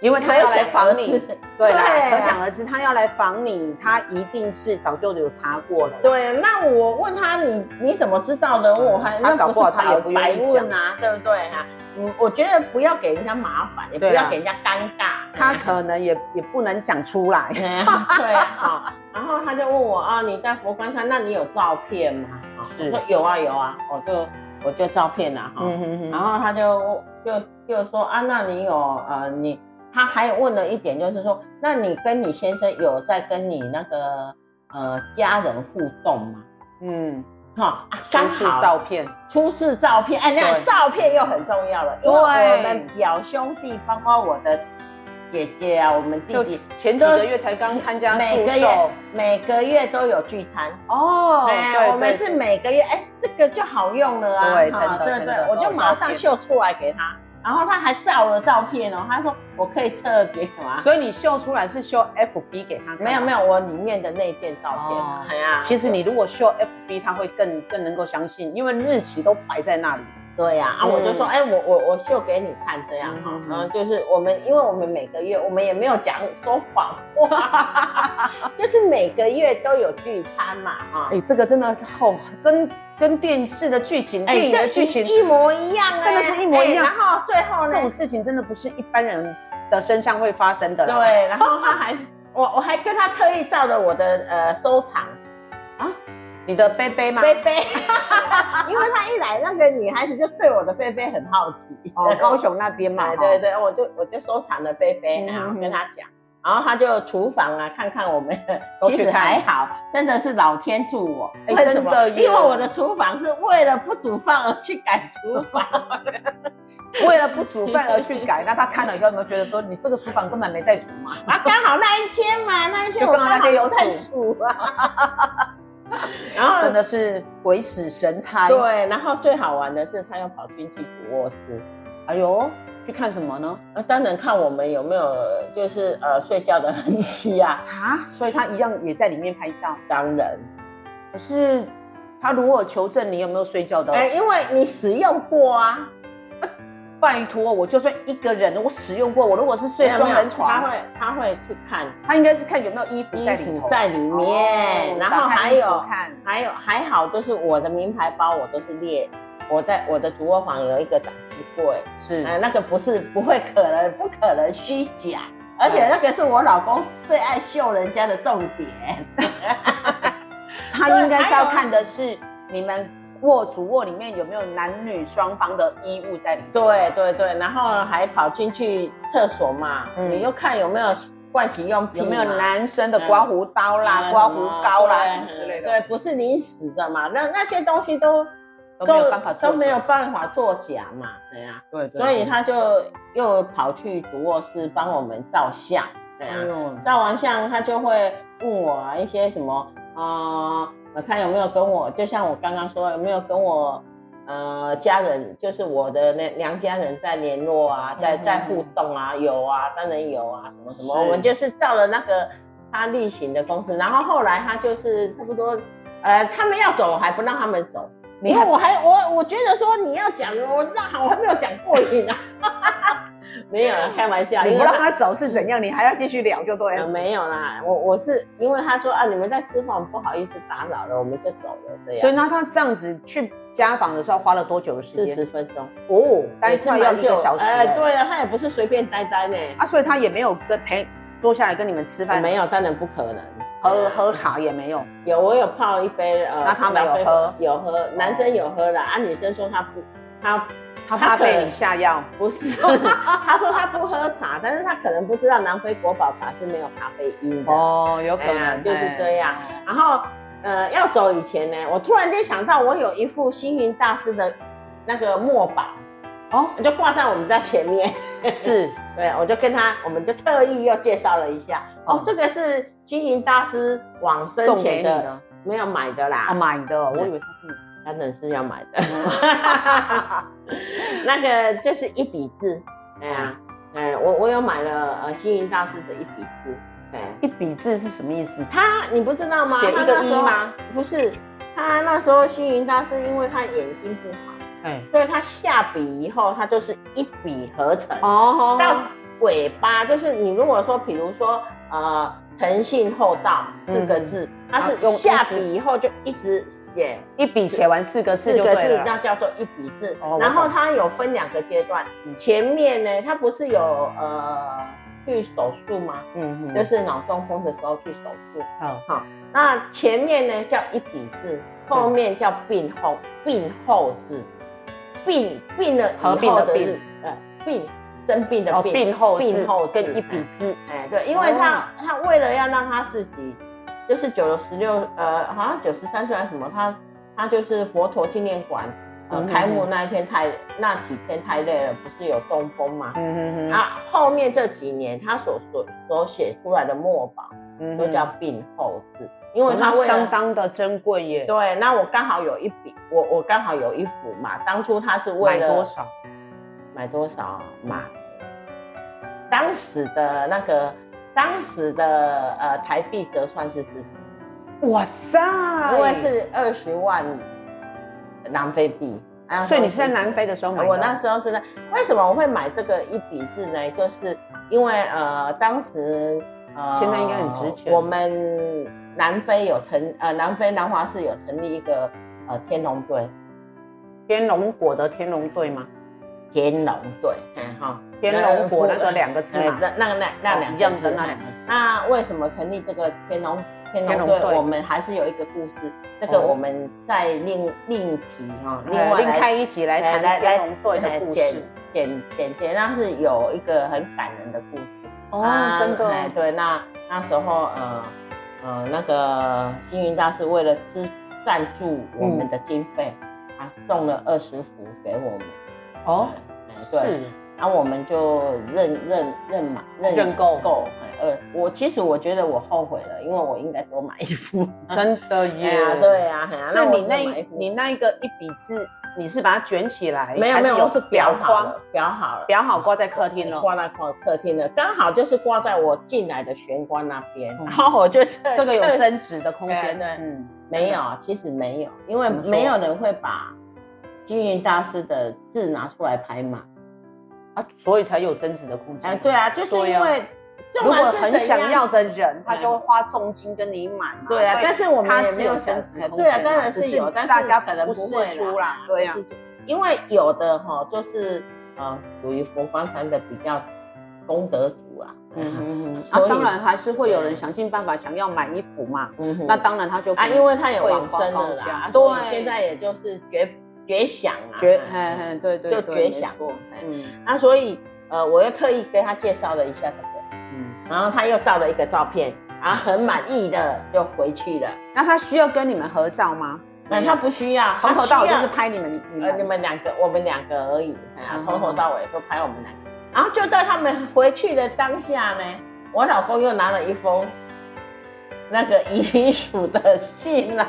[SPEAKER 7] 因为他要来防
[SPEAKER 2] 可
[SPEAKER 7] 你
[SPEAKER 2] 想而知，
[SPEAKER 7] 对啦，
[SPEAKER 2] 对啊
[SPEAKER 5] 可想而知，他要来防你，他一定是早就有查过了。
[SPEAKER 2] 对，啊那我问他你你怎么知道的？我还
[SPEAKER 5] 他
[SPEAKER 2] 那
[SPEAKER 5] 搞
[SPEAKER 2] 是
[SPEAKER 5] 不好他也
[SPEAKER 2] 白
[SPEAKER 5] 不愿意
[SPEAKER 2] 白问啊，对不对啊？嗯，我觉得不要给人家麻烦，也不
[SPEAKER 5] 对啊啦
[SPEAKER 2] 要给人家尴 尬。
[SPEAKER 5] 他可能也也不能讲出来。
[SPEAKER 2] 哎对啊，好。然后他就问我啊，你在佛光山，那你有照片吗？啊
[SPEAKER 5] 是
[SPEAKER 2] 我说有啊有啊，我就我就照片了哈。
[SPEAKER 5] 嗯哼
[SPEAKER 2] 然后他就就就说啊，那你有呃你，他还问了一点，就是说，那你跟你先生有在跟你那个呃家人互动吗？
[SPEAKER 5] 嗯，
[SPEAKER 2] 哈、啊，
[SPEAKER 5] 出
[SPEAKER 2] 刚
[SPEAKER 5] 示
[SPEAKER 2] 好
[SPEAKER 5] 照片，
[SPEAKER 2] 出示照片，哎，那
[SPEAKER 5] 对
[SPEAKER 2] 照片又很重要了，因为我们表兄弟，包括我的姐姐啊，我们弟
[SPEAKER 5] 就
[SPEAKER 2] 弟，
[SPEAKER 5] 前几个月才刚参加
[SPEAKER 2] 每
[SPEAKER 5] 祝
[SPEAKER 2] 个
[SPEAKER 5] 寿
[SPEAKER 2] 月每个月都有聚餐。
[SPEAKER 5] 哦，
[SPEAKER 2] 哎、
[SPEAKER 5] 对
[SPEAKER 2] 我们
[SPEAKER 5] 对
[SPEAKER 2] 是每个月，哎、这个就好用了啊，
[SPEAKER 5] 对
[SPEAKER 2] 哈
[SPEAKER 5] 真的
[SPEAKER 2] 对
[SPEAKER 5] 真
[SPEAKER 2] 对
[SPEAKER 5] 的，
[SPEAKER 2] 我
[SPEAKER 5] 都有
[SPEAKER 2] 就马
[SPEAKER 5] 照
[SPEAKER 2] 上
[SPEAKER 5] 片
[SPEAKER 2] 秀出来给他，然后他还照了照片哦，他说我可以撤给我啊，
[SPEAKER 5] 所以你秀出来是秀 FB 给他看 吗，
[SPEAKER 2] 没有没有，我里面的那件照片，
[SPEAKER 5] 哦
[SPEAKER 2] 哎呀、
[SPEAKER 5] 其实你如果秀 FB，他会更更能够相信，因为日期都摆在那里。
[SPEAKER 2] 对呀、啊，
[SPEAKER 5] 嗯
[SPEAKER 2] 我就说，哎、我我我秀给你看，这样哈
[SPEAKER 5] 嗯，嗯
[SPEAKER 2] 然后就是我们，因为我们每个月，我们也没有讲说谎话， 就是每个月都有聚餐嘛，哈
[SPEAKER 5] 哎、，这个真的是好、跟跟电视的剧情、哎电影
[SPEAKER 2] 哎这
[SPEAKER 5] 的剧情、
[SPEAKER 2] 一一模一样、哎
[SPEAKER 5] 真的是一模一样
[SPEAKER 2] 哎然后最后
[SPEAKER 5] 这
[SPEAKER 2] 呢
[SPEAKER 5] 种，事情真的不是一般人的身上会发生的啦。
[SPEAKER 2] 对，然后他还， 我我还跟他特意照了我的呃收藏
[SPEAKER 5] 你的杯杯吗？
[SPEAKER 2] 贝贝， 因为他一来，那个女孩子就对我的贝贝很好奇。
[SPEAKER 5] 哦，高雄那边嘛，
[SPEAKER 2] 买，
[SPEAKER 5] 哦 嗯
[SPEAKER 2] 对对，我就我就收藏了贝贝，然后跟他讲，然后他就厨房啊看看我们，
[SPEAKER 5] 都
[SPEAKER 2] 其
[SPEAKER 5] 去
[SPEAKER 2] 实
[SPEAKER 5] 看
[SPEAKER 2] 还好，真的是老天助我，
[SPEAKER 5] 哎
[SPEAKER 2] 为什么
[SPEAKER 5] 真的耶
[SPEAKER 2] 因为我的厨房是为了不煮饭而去改厨 房，
[SPEAKER 5] 为了不煮饭而去改，那 他看了以后有没有觉得说你这个厨房根本没在煮嘛？
[SPEAKER 2] 啊，刚好那一天嘛，那一天
[SPEAKER 5] 就
[SPEAKER 2] 我
[SPEAKER 5] 刚好那天有
[SPEAKER 2] 有在
[SPEAKER 5] 煮
[SPEAKER 2] 煮啊，然后
[SPEAKER 5] 真的是鬼使神差。，
[SPEAKER 2] 对，然后最好玩的是他又跑进去主卧室。
[SPEAKER 5] 哎呦，去看什么呢？
[SPEAKER 2] 那当然看我们有没有就是呃睡觉的痕迹 啊，
[SPEAKER 5] 啊，所以他一样也在里面拍照。
[SPEAKER 2] 当然，
[SPEAKER 5] 可是他如何求证你有没有睡觉的？
[SPEAKER 2] 哎、因为你使用过啊，
[SPEAKER 5] 拜托，我就算一个人，我使用过，我如果是睡
[SPEAKER 2] 没有
[SPEAKER 5] 双
[SPEAKER 2] 没
[SPEAKER 5] 人
[SPEAKER 2] 有
[SPEAKER 5] 床，
[SPEAKER 2] 他
[SPEAKER 5] 他
[SPEAKER 2] 会他会去看
[SPEAKER 5] 应该是看有没有衣服
[SPEAKER 2] 衣
[SPEAKER 5] 在里
[SPEAKER 2] 服
[SPEAKER 5] 头，
[SPEAKER 2] 在里面，
[SPEAKER 5] 哦
[SPEAKER 2] 然
[SPEAKER 5] 打
[SPEAKER 2] 后
[SPEAKER 5] 开
[SPEAKER 2] 还
[SPEAKER 5] 衣服
[SPEAKER 2] 有
[SPEAKER 5] 看
[SPEAKER 2] 还有还好，就是我的名牌包我都是列，我在我的主卧房有一个展示柜，
[SPEAKER 5] 是
[SPEAKER 2] 呃，那个不是不会可能不可能虚假，而且那个是我老公最爱秀人家的重点。
[SPEAKER 5] 他
[SPEAKER 2] 对
[SPEAKER 5] 应该是要
[SPEAKER 2] 还有
[SPEAKER 5] 看的是你们卧主卧里面有没有男女双方的衣物在里面。
[SPEAKER 2] 对对对，然后还跑进去厕所嘛，
[SPEAKER 5] 嗯
[SPEAKER 2] 你就看有没有盥洗用品啊
[SPEAKER 5] 有
[SPEAKER 2] 嘛，
[SPEAKER 5] 没有男生的刮胡刀啦、
[SPEAKER 2] 嗯
[SPEAKER 5] 刮胡膏啦什么
[SPEAKER 2] 对
[SPEAKER 5] 之类的？
[SPEAKER 2] 对，不是临时的嘛，那那些东西都
[SPEAKER 5] 都没有办法做
[SPEAKER 2] 都没有
[SPEAKER 5] 假
[SPEAKER 2] 办法作假嘛，对呀、
[SPEAKER 5] 对对
[SPEAKER 2] 所以他就又跑去主卧室帮我们照相，对啊呀、
[SPEAKER 5] 哎呦
[SPEAKER 2] 照完相他就会问我啊一些什么啊、呃，他有没有跟我，就像我刚刚说有没有跟我呃家人，就是我的那娘家人在联络啊，在在互动啊，有啊，当然有啊，什么什
[SPEAKER 5] 是
[SPEAKER 2] 么，我们就是照了那个他例行的公司，然后后来他就是差不多。呃，他们要走，我还不让他们走，
[SPEAKER 5] 你
[SPEAKER 2] 因
[SPEAKER 5] 还
[SPEAKER 2] 为我还我我觉得说你要讲，我那我还没有讲过瘾啊，没有啦，开玩笑，
[SPEAKER 7] 你
[SPEAKER 2] 因
[SPEAKER 7] 不
[SPEAKER 2] 为
[SPEAKER 7] 让他走是怎样？你还要继续聊就对
[SPEAKER 2] 呃，
[SPEAKER 5] 嗯
[SPEAKER 7] 了。
[SPEAKER 2] 啊没有啦，我我是因为他说啊，你们在吃饭，不好意思打扰了，我们就走了，这
[SPEAKER 5] 所以
[SPEAKER 2] 样
[SPEAKER 5] 呢，他这样子去家访的时候花了多久的时
[SPEAKER 2] 四
[SPEAKER 5] 间？
[SPEAKER 2] 十分钟，
[SPEAKER 5] 哦，待
[SPEAKER 2] 也是
[SPEAKER 5] 快要
[SPEAKER 2] 蛮
[SPEAKER 5] 一个
[SPEAKER 2] 久
[SPEAKER 5] 小时
[SPEAKER 2] 哎、
[SPEAKER 5] 了。
[SPEAKER 2] 对啊，他也不是随便呆呆呢，
[SPEAKER 5] 啊，所以他也没有跟陪坐下来跟你们吃
[SPEAKER 2] 我
[SPEAKER 5] 饭，
[SPEAKER 2] 没有，当然不可能。
[SPEAKER 5] 啊喝喝茶也没有。
[SPEAKER 2] 有，我有泡一杯，呃，
[SPEAKER 5] 那他没有
[SPEAKER 2] 咖啡
[SPEAKER 5] 喝
[SPEAKER 2] 有喝，男生有喝啦，啊，女生说他不，他
[SPEAKER 5] 他怕
[SPEAKER 2] 可
[SPEAKER 5] 被
[SPEAKER 2] 能
[SPEAKER 5] 你下药，
[SPEAKER 2] 不 是，他说他不喝茶，但是他可能不知道南非国宝茶是没有咖啡因的。
[SPEAKER 5] 哦，有
[SPEAKER 2] 哎呀就是这样。然后呃，要走以前呢，我突然间想到，我有一幅星云大师的那个墨宝，
[SPEAKER 5] 哦，
[SPEAKER 2] 就挂在我们家前面。
[SPEAKER 5] 是
[SPEAKER 2] 对，我就跟他，我们就特意又介绍了一下。哦
[SPEAKER 5] 嗯，
[SPEAKER 2] 这个是星云大师往生
[SPEAKER 5] 送给
[SPEAKER 2] 前
[SPEAKER 5] 你
[SPEAKER 2] 的，
[SPEAKER 5] 的，
[SPEAKER 2] 没有买的啦。
[SPEAKER 5] 啊买的，我以为他是
[SPEAKER 2] 当然是要买
[SPEAKER 5] 哦
[SPEAKER 2] 的。 那个就是一笔字，哎呀，
[SPEAKER 5] 哦
[SPEAKER 2] 哎，我我有买了呃星云大师的一笔字，哎，
[SPEAKER 5] 你一笔字是什么意思？
[SPEAKER 2] 他你不知道吗？
[SPEAKER 5] 写一个一吗
[SPEAKER 2] 吗？不是，他那时候星云大师因为他眼睛不好，
[SPEAKER 5] 哎，
[SPEAKER 2] 所以他下笔以后他就是一笔合成，
[SPEAKER 5] 哦
[SPEAKER 2] 到尾巴就是你如果说，比如说呃“诚信厚道”四个字，它
[SPEAKER 5] 好
[SPEAKER 2] 是
[SPEAKER 5] 用一
[SPEAKER 2] 下
[SPEAKER 5] 直
[SPEAKER 2] 笔以后就一直写
[SPEAKER 5] 一笔写完四个字
[SPEAKER 2] 四
[SPEAKER 5] 就
[SPEAKER 2] 个
[SPEAKER 5] 对
[SPEAKER 2] 字
[SPEAKER 5] 了，
[SPEAKER 2] 那叫做一笔字
[SPEAKER 5] 哦我。
[SPEAKER 2] 然后
[SPEAKER 5] 懂
[SPEAKER 2] 它有分两个阶段，前面呢，它不是有呃去手术吗？
[SPEAKER 5] 嗯
[SPEAKER 2] 就
[SPEAKER 5] 嗯，
[SPEAKER 2] 是脑中风的时候去手术。
[SPEAKER 5] 好，
[SPEAKER 2] 那前面呢叫一笔字，后面叫病后病后字，病病了
[SPEAKER 5] 合
[SPEAKER 2] 以
[SPEAKER 5] 并
[SPEAKER 2] 后
[SPEAKER 5] 的
[SPEAKER 2] 的
[SPEAKER 5] 病
[SPEAKER 2] 日，呃，病生病的
[SPEAKER 5] 哦，
[SPEAKER 2] 病，
[SPEAKER 5] 病后字
[SPEAKER 2] 病后字
[SPEAKER 5] 跟一笔字，
[SPEAKER 2] 哎，对，因为
[SPEAKER 5] 哦
[SPEAKER 2] 他、他为了要让他自己，就是九十六呃，好像九十三岁还是什么，他他就是佛陀纪念馆呃、
[SPEAKER 5] 嗯哼
[SPEAKER 2] 开幕那一天太那几天太累了，不是有中风吗？
[SPEAKER 5] 嗯哼哼
[SPEAKER 2] 啊，后面这几年他所所所写出来的墨宝
[SPEAKER 5] 嗯哼，
[SPEAKER 2] 都叫病后字，因为
[SPEAKER 5] 哦
[SPEAKER 2] 他
[SPEAKER 5] 那
[SPEAKER 2] 为了
[SPEAKER 5] 相当的珍贵耶，
[SPEAKER 2] 对，那我刚好有一笔，我我刚好有一幅嘛，当初他是为
[SPEAKER 5] 买
[SPEAKER 2] 了
[SPEAKER 5] 多少？
[SPEAKER 2] 买多少嘛？当时的那个，当时的呃台币折算是四十，
[SPEAKER 5] 哇塞，
[SPEAKER 2] 因为是二十万南非币。啊
[SPEAKER 5] 所以你是在南非的时候买的
[SPEAKER 2] 我那时候是在，为什么我会买这个一笔字呢？就是因为呃，当时呃，
[SPEAKER 5] 现在应该很值钱
[SPEAKER 2] 我们南非有成呃，南非南华市有成立一个呃天龙队，
[SPEAKER 5] 天龙国的天龙队吗？
[SPEAKER 2] 天龙队，嗯哈，
[SPEAKER 5] 天龙国那个两个字
[SPEAKER 2] 呃
[SPEAKER 5] 嘛，
[SPEAKER 2] 那那那那
[SPEAKER 5] 哦
[SPEAKER 2] 两
[SPEAKER 5] 一
[SPEAKER 2] 个
[SPEAKER 5] 样的
[SPEAKER 2] 字
[SPEAKER 5] 那
[SPEAKER 2] 哎
[SPEAKER 5] 两个字，
[SPEAKER 2] 那为什么成立这个天龙天
[SPEAKER 5] 天龙
[SPEAKER 2] 龙队？
[SPEAKER 5] 队
[SPEAKER 2] 我们还是有一个故事，那个
[SPEAKER 5] 哦
[SPEAKER 2] 我们在另另提哈，另
[SPEAKER 5] 呃
[SPEAKER 2] 外
[SPEAKER 5] 另
[SPEAKER 2] 来
[SPEAKER 5] 开一集来
[SPEAKER 2] 哎
[SPEAKER 5] 谈天龙队
[SPEAKER 2] 哎
[SPEAKER 5] 的故
[SPEAKER 2] 简
[SPEAKER 5] 事。
[SPEAKER 2] 简简洁，那是有一个很感人的故事
[SPEAKER 5] 哦
[SPEAKER 2] 啊
[SPEAKER 5] 真的哦
[SPEAKER 2] 哎对，那那时候呃呃那个星云大师为了支赞助我们的经费，他送了二十幅给我们。
[SPEAKER 5] 哦，
[SPEAKER 2] 哎，哎对。然后我们就认认认买认
[SPEAKER 5] 认购
[SPEAKER 2] 购，哎呃，我其实我觉得我后悔了，因为我应该多买一副。
[SPEAKER 5] 是真的
[SPEAKER 2] 哎
[SPEAKER 5] 耶
[SPEAKER 2] 呀，，对呀，哎呀
[SPEAKER 5] 所以
[SPEAKER 2] 我
[SPEAKER 5] 你
[SPEAKER 2] 只
[SPEAKER 5] 那
[SPEAKER 2] 买一
[SPEAKER 5] 一
[SPEAKER 2] 副
[SPEAKER 5] 你那一个一笔字，你是把它卷起来，
[SPEAKER 2] 没有
[SPEAKER 5] 还
[SPEAKER 2] 没有，我是裱好
[SPEAKER 5] 框
[SPEAKER 2] 了，，裱好了，
[SPEAKER 5] 裱好挂在客厅 了。
[SPEAKER 2] 挂在挂客厅了，刚好就是挂在我进来的玄关那边，然后我就
[SPEAKER 5] 嗯这个有
[SPEAKER 2] 看
[SPEAKER 5] 增值的空间，
[SPEAKER 2] 对对
[SPEAKER 5] 嗯，
[SPEAKER 2] 没有，其实没有，因为
[SPEAKER 5] 怎么说
[SPEAKER 2] 没有人会把星云大师的字拿出来拍嘛。
[SPEAKER 5] 啊，所以才有增值的空间。
[SPEAKER 2] 哎，对啊，就是
[SPEAKER 5] 对
[SPEAKER 2] 因
[SPEAKER 5] 啊
[SPEAKER 2] 为
[SPEAKER 5] 如果很想要
[SPEAKER 2] 的。
[SPEAKER 5] 的人，他就会花重金跟你买嘛。
[SPEAKER 2] 对啊
[SPEAKER 5] 所，以
[SPEAKER 2] 但是我们
[SPEAKER 5] 它
[SPEAKER 2] 也
[SPEAKER 5] 是
[SPEAKER 2] 没
[SPEAKER 5] 有
[SPEAKER 2] 想
[SPEAKER 5] 增值空间的
[SPEAKER 2] 对啊，当然
[SPEAKER 5] 只
[SPEAKER 2] 是
[SPEAKER 5] 是
[SPEAKER 2] 有，但是
[SPEAKER 5] 大家
[SPEAKER 2] 可能
[SPEAKER 5] 不
[SPEAKER 2] 不
[SPEAKER 5] 试
[SPEAKER 2] 会
[SPEAKER 5] 出
[SPEAKER 2] 啦
[SPEAKER 5] 啦，对啊
[SPEAKER 2] 不试出因为有的哈就是呃属于佛光山的比较功德主啦，嗯
[SPEAKER 5] 嗯嗯嗯，
[SPEAKER 2] 所以
[SPEAKER 5] 啊，当然还是会有人想尽办法想要买衣服嘛。
[SPEAKER 2] 嗯哼
[SPEAKER 5] 那当然他就
[SPEAKER 2] 啊，
[SPEAKER 5] 可能
[SPEAKER 2] 因为他也
[SPEAKER 5] 会有
[SPEAKER 2] 往生
[SPEAKER 5] 高
[SPEAKER 2] 了
[SPEAKER 5] 价
[SPEAKER 2] 啦，啊
[SPEAKER 5] 啊对
[SPEAKER 2] 所以，现在也就是绝绝响啊，
[SPEAKER 5] 绝，
[SPEAKER 2] 嗯
[SPEAKER 5] 嘿嘿，对对，
[SPEAKER 2] 就
[SPEAKER 5] 对
[SPEAKER 2] 绝
[SPEAKER 5] 没
[SPEAKER 2] 响
[SPEAKER 5] 错
[SPEAKER 2] 哎
[SPEAKER 5] 嗯
[SPEAKER 2] 那所以呃，我又特意跟他介绍了一下这个，
[SPEAKER 5] 嗯，
[SPEAKER 2] 然后他又照了一个照片，然后很满意的又回去了，
[SPEAKER 5] 那他需要跟你们合照吗？
[SPEAKER 2] 那他不需要，
[SPEAKER 5] 从头
[SPEAKER 2] 他
[SPEAKER 5] 到尾
[SPEAKER 2] 需
[SPEAKER 5] 就
[SPEAKER 2] 要
[SPEAKER 5] 是拍你们，你
[SPEAKER 2] 呃，你
[SPEAKER 5] 们
[SPEAKER 2] 们两个，我们两个而已，哎呀
[SPEAKER 5] 嗯
[SPEAKER 2] 从头到尾都拍我们两个。然后就在他们回去的当下呢，我老公又拿了一封那个遗属的信来，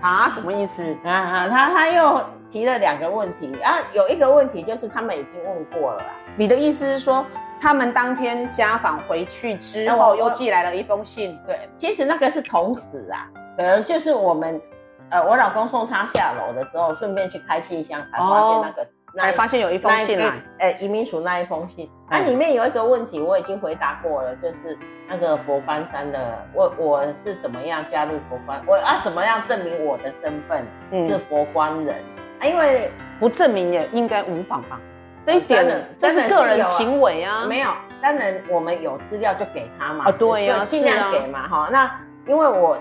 [SPEAKER 5] 啊，什么意思？
[SPEAKER 2] 啊啊， 他他又提了两个问题啊，有一个问题就是他们已经问过了啦，
[SPEAKER 5] 你的意思是说，他们当天家访回去之
[SPEAKER 2] 哎我
[SPEAKER 5] 后，又寄来了一封信，
[SPEAKER 2] 对，其实那个是同时啊，可能就是我们，呃，我老公送他下楼的时候，顺便去开信箱，才发现那个，那
[SPEAKER 5] 才
[SPEAKER 2] 一
[SPEAKER 5] 发现有一封
[SPEAKER 2] 那一
[SPEAKER 5] 信来。，
[SPEAKER 2] 呃，移民署那一封信，那、
[SPEAKER 5] 嗯
[SPEAKER 2] 里面有一个问题，我已经回答过了，就是那个佛光山的，我我是怎么样加入佛光，我啊怎么样证明我的身份
[SPEAKER 5] 嗯
[SPEAKER 2] 是佛光人？啊，因为
[SPEAKER 5] 不证明也应该无妨吧？这一
[SPEAKER 2] 哦当
[SPEAKER 5] 点
[SPEAKER 2] 然
[SPEAKER 5] 这是个人
[SPEAKER 2] 当然是有啊
[SPEAKER 5] 行为啊，
[SPEAKER 2] 没有，当然我们有资料就给他嘛，
[SPEAKER 5] 啊对呀
[SPEAKER 2] 就是尽量
[SPEAKER 5] 啊
[SPEAKER 2] 给嘛哈、那因为我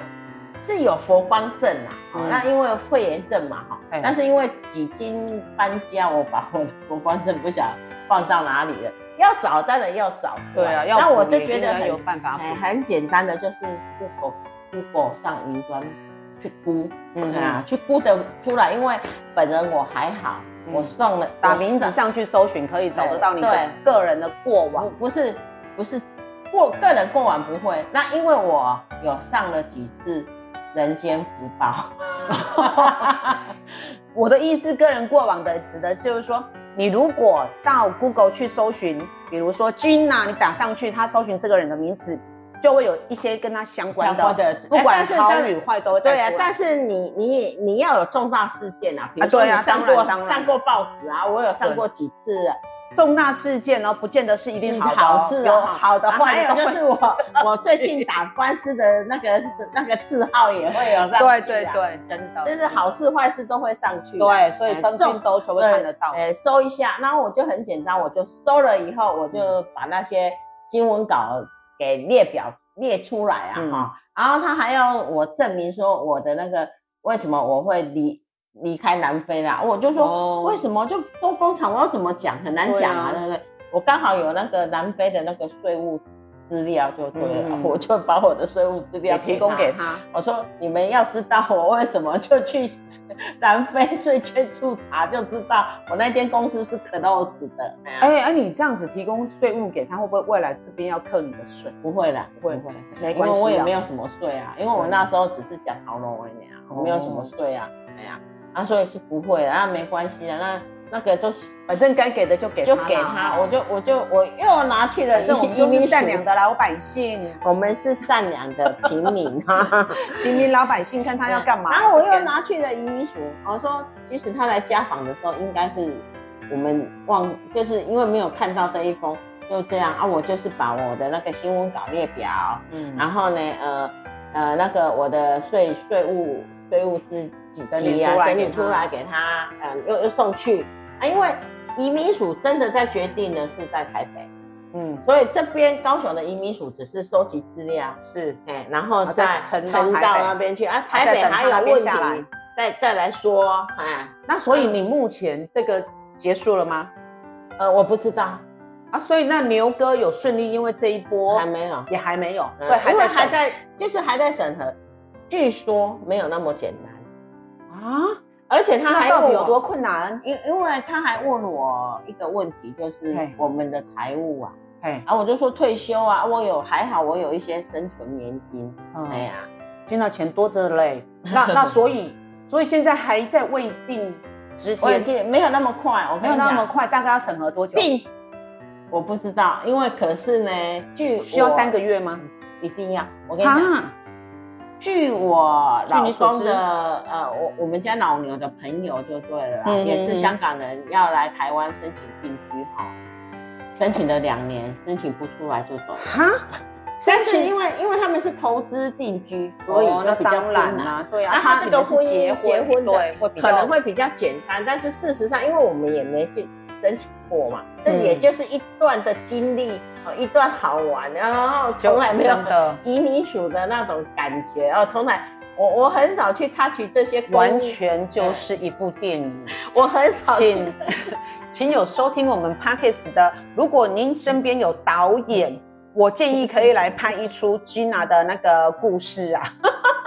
[SPEAKER 2] 是有佛光证啊，哈
[SPEAKER 5] 嗯
[SPEAKER 2] 那因为会员证嘛哈
[SPEAKER 5] 哎，
[SPEAKER 2] 但是因为几经搬家，我把我的佛光证不想放到哪里了，要找当然要找出
[SPEAKER 5] 对
[SPEAKER 2] 来
[SPEAKER 5] 啊，要
[SPEAKER 2] 那我
[SPEAKER 5] 补
[SPEAKER 2] 就
[SPEAKER 5] 也
[SPEAKER 2] 觉
[SPEAKER 5] 应
[SPEAKER 2] 得
[SPEAKER 5] 该有
[SPEAKER 2] 很
[SPEAKER 5] 办法补
[SPEAKER 2] 哎，很简单的，就是 Google Google 上云端去估，
[SPEAKER 5] 嗯
[SPEAKER 2] 嗯啊，去估的出来，因为本人我还好，
[SPEAKER 5] 嗯
[SPEAKER 2] 我送了
[SPEAKER 5] 打
[SPEAKER 2] 我
[SPEAKER 5] 名字
[SPEAKER 2] 上
[SPEAKER 5] 上去搜寻可以找得到你的
[SPEAKER 2] 对
[SPEAKER 5] 个人的过
[SPEAKER 2] 不
[SPEAKER 5] 往。
[SPEAKER 2] 哦不是不是过个人过往不会，那因为我有上了几次人间福 报，
[SPEAKER 5] 我的意思，个人过往的指的就是说，你如果到 Google 去搜寻，比如说 Gina，你打上去，它搜寻这个人的名字，就会有一些跟他相关
[SPEAKER 2] 相
[SPEAKER 5] 的，
[SPEAKER 2] 关的
[SPEAKER 5] 不
[SPEAKER 2] 哎
[SPEAKER 5] 管
[SPEAKER 2] 但是
[SPEAKER 5] 好
[SPEAKER 2] 但
[SPEAKER 5] 与坏都会
[SPEAKER 2] 对啊
[SPEAKER 5] 带出，来
[SPEAKER 2] 但。是你你也你要有重大事件啊，比如说
[SPEAKER 5] 啊
[SPEAKER 2] 你
[SPEAKER 5] 对啊
[SPEAKER 2] 上
[SPEAKER 5] 当
[SPEAKER 2] 过、
[SPEAKER 5] 然当然
[SPEAKER 2] 上过报纸啊，我有上过几次
[SPEAKER 5] 重大事件呢，不见得是一定
[SPEAKER 2] 是
[SPEAKER 5] 好的哦，
[SPEAKER 2] 好事啊
[SPEAKER 5] 有好的
[SPEAKER 2] 啊还
[SPEAKER 5] 坏的
[SPEAKER 2] 有
[SPEAKER 5] 都
[SPEAKER 2] 就
[SPEAKER 5] 会。
[SPEAKER 2] 是我我最近打官司的那个那个字号也会有上去、啊
[SPEAKER 5] 对对，对，真的
[SPEAKER 2] 就是好事啊坏事都会上去啊、
[SPEAKER 5] 对，所以上去
[SPEAKER 2] 重
[SPEAKER 5] 搜全部看得到。
[SPEAKER 2] 呃，搜一下，然后我就很简单，我就搜了以后，我就
[SPEAKER 5] 嗯
[SPEAKER 2] 把那些新闻稿给列表列出来啊
[SPEAKER 5] 嗯
[SPEAKER 2] 哈、然后他还要我证明说我的那个为什么我会离离开南非啦，我就说、
[SPEAKER 5] 哦
[SPEAKER 2] 为什么就都工厂，我要怎么讲很难讲啊，
[SPEAKER 5] 对
[SPEAKER 2] 对不对？我刚好有那个南非的那个税务资料就对了，
[SPEAKER 5] 嗯
[SPEAKER 2] 我就把我的税务资料
[SPEAKER 5] 也提供
[SPEAKER 2] 他
[SPEAKER 5] 给他，
[SPEAKER 2] 我说你们要知道我为什么就去南非税捐处查，就知道我那间公司是 close 的。哎呀
[SPEAKER 5] 哎哎，你这样子提供税务给他，会不会未来这边要克你的税？
[SPEAKER 2] 不会啦，
[SPEAKER 5] 不会
[SPEAKER 2] 不会，
[SPEAKER 5] 没关系啊
[SPEAKER 2] 因为我也没有什么税啊，因为我那时候只是讲逃楼而已啊，我没有什么税啊，哎呀，啊，所以是不会啊，那没关系啊，那那个都是
[SPEAKER 5] 反正该给的就给
[SPEAKER 2] 就
[SPEAKER 5] 啦
[SPEAKER 2] 给他，我就我就我又拿去了
[SPEAKER 5] 反正我们都
[SPEAKER 2] 移
[SPEAKER 5] 是
[SPEAKER 2] 民
[SPEAKER 5] 善
[SPEAKER 2] 署
[SPEAKER 5] 良的老百姓，
[SPEAKER 2] 我们是善良的平民啊哈、 哈。
[SPEAKER 5] 平民老百姓看他要干嘛。
[SPEAKER 2] 啊然后我
[SPEAKER 5] 就给
[SPEAKER 2] 又拿去了移民署，我说即使他来家访的时候，应该是我们忘，就是因为没有看到这一封，就这样啊。我就是把我的那个新闻稿列表，
[SPEAKER 5] 嗯
[SPEAKER 2] 然后呢，呃呃，那个我的税税务税务资几
[SPEAKER 5] 整理
[SPEAKER 2] 级啊
[SPEAKER 5] 出，来
[SPEAKER 2] 整
[SPEAKER 5] 给
[SPEAKER 2] 理
[SPEAKER 5] 他
[SPEAKER 2] 出来给他，嗯、又又送去啊，因为移民署真的在决定呢是在台北，
[SPEAKER 5] 嗯
[SPEAKER 2] 所以这边高雄的移民署只是收集资料，
[SPEAKER 5] 是
[SPEAKER 2] 哎，然后
[SPEAKER 5] 啊
[SPEAKER 2] 再
[SPEAKER 5] 再
[SPEAKER 2] 沉
[SPEAKER 5] 沉
[SPEAKER 2] 到
[SPEAKER 5] 到台北
[SPEAKER 2] 那边去啊，台北
[SPEAKER 5] 再等
[SPEAKER 2] 还
[SPEAKER 5] 他
[SPEAKER 2] 有
[SPEAKER 5] 那边
[SPEAKER 2] 问题
[SPEAKER 5] 下来，
[SPEAKER 2] 再再来说，哎，
[SPEAKER 5] 那所以你目前这个结束了吗？
[SPEAKER 2] 呃，我不知道，
[SPEAKER 5] 啊，所以那牛哥有顺利，因为这一波
[SPEAKER 2] 还没有，
[SPEAKER 5] 也还没有，
[SPEAKER 2] 嗯
[SPEAKER 5] 所以还
[SPEAKER 2] 因为
[SPEAKER 5] 在
[SPEAKER 2] 还
[SPEAKER 5] 等
[SPEAKER 2] 在，就是还在审核，据说没有那么简单，
[SPEAKER 5] 啊，
[SPEAKER 2] 而且他
[SPEAKER 5] 那
[SPEAKER 2] 还
[SPEAKER 5] 到底
[SPEAKER 2] 问
[SPEAKER 5] 有多
[SPEAKER 2] 我，
[SPEAKER 5] 困难？
[SPEAKER 2] 因因为他还问我一个问题，就是
[SPEAKER 5] 嘿
[SPEAKER 2] 我们的财务啊，
[SPEAKER 5] 哎，
[SPEAKER 2] 啊，我就说退休啊，我有还好，我有一些生存年金，哎
[SPEAKER 5] 嗯，
[SPEAKER 2] 呀，
[SPEAKER 5] 捐到钱多着嘞。那那所以 所以现在还在未定之
[SPEAKER 2] 我也
[SPEAKER 5] 天，
[SPEAKER 2] 定没有那么快，我
[SPEAKER 5] 哦没
[SPEAKER 2] 跟
[SPEAKER 5] 有
[SPEAKER 2] 你
[SPEAKER 5] 那么
[SPEAKER 2] 讲，
[SPEAKER 5] 快，大概要审核多久？
[SPEAKER 2] 定我不知道，因为可是呢，据
[SPEAKER 5] 需要
[SPEAKER 2] 我
[SPEAKER 5] 三个月吗？
[SPEAKER 2] 一定要。我跟你讲，
[SPEAKER 5] 啊，
[SPEAKER 2] 据我
[SPEAKER 5] 据
[SPEAKER 2] 老
[SPEAKER 5] 你所
[SPEAKER 2] 公
[SPEAKER 5] 知
[SPEAKER 2] 的呃，我我们家老牛的朋友就对了啦，
[SPEAKER 5] 嗯
[SPEAKER 2] 也是香港人，要来台湾申请定居哈，申请了两年，申请不出来就走了。
[SPEAKER 5] 哈，
[SPEAKER 2] 但
[SPEAKER 5] 申
[SPEAKER 2] 是
[SPEAKER 5] 请
[SPEAKER 2] 因为因为他们是投资定居，所以
[SPEAKER 5] 哦，
[SPEAKER 2] 就
[SPEAKER 5] 那
[SPEAKER 2] 比较
[SPEAKER 5] 当然
[SPEAKER 2] 困难。
[SPEAKER 5] 啦，对啊，
[SPEAKER 2] 啊他
[SPEAKER 5] 他
[SPEAKER 2] 这
[SPEAKER 5] 你
[SPEAKER 2] 个
[SPEAKER 5] 们是
[SPEAKER 2] 婚姻
[SPEAKER 5] 结
[SPEAKER 2] 结
[SPEAKER 5] 婚，
[SPEAKER 2] 婚的
[SPEAKER 5] 对，会比较
[SPEAKER 2] 可能会比较简单，但是事实上，因为我们也没去申请过嘛，这
[SPEAKER 5] 嗯
[SPEAKER 2] 也就是一段的经历，哦，一段好玩，然后从
[SPEAKER 5] 就
[SPEAKER 2] 来没有
[SPEAKER 5] 真的
[SPEAKER 2] 移民署的那种感觉哦，从来我我很少去 touch 这些公务
[SPEAKER 7] 完，全
[SPEAKER 2] 哎
[SPEAKER 7] 就是一部电影。
[SPEAKER 2] 我很少去嗯
[SPEAKER 5] 请 请有收听我们 Pockets 的，如果您身边有导演，我建议可以来拍一出 Gina 的那个故事啊。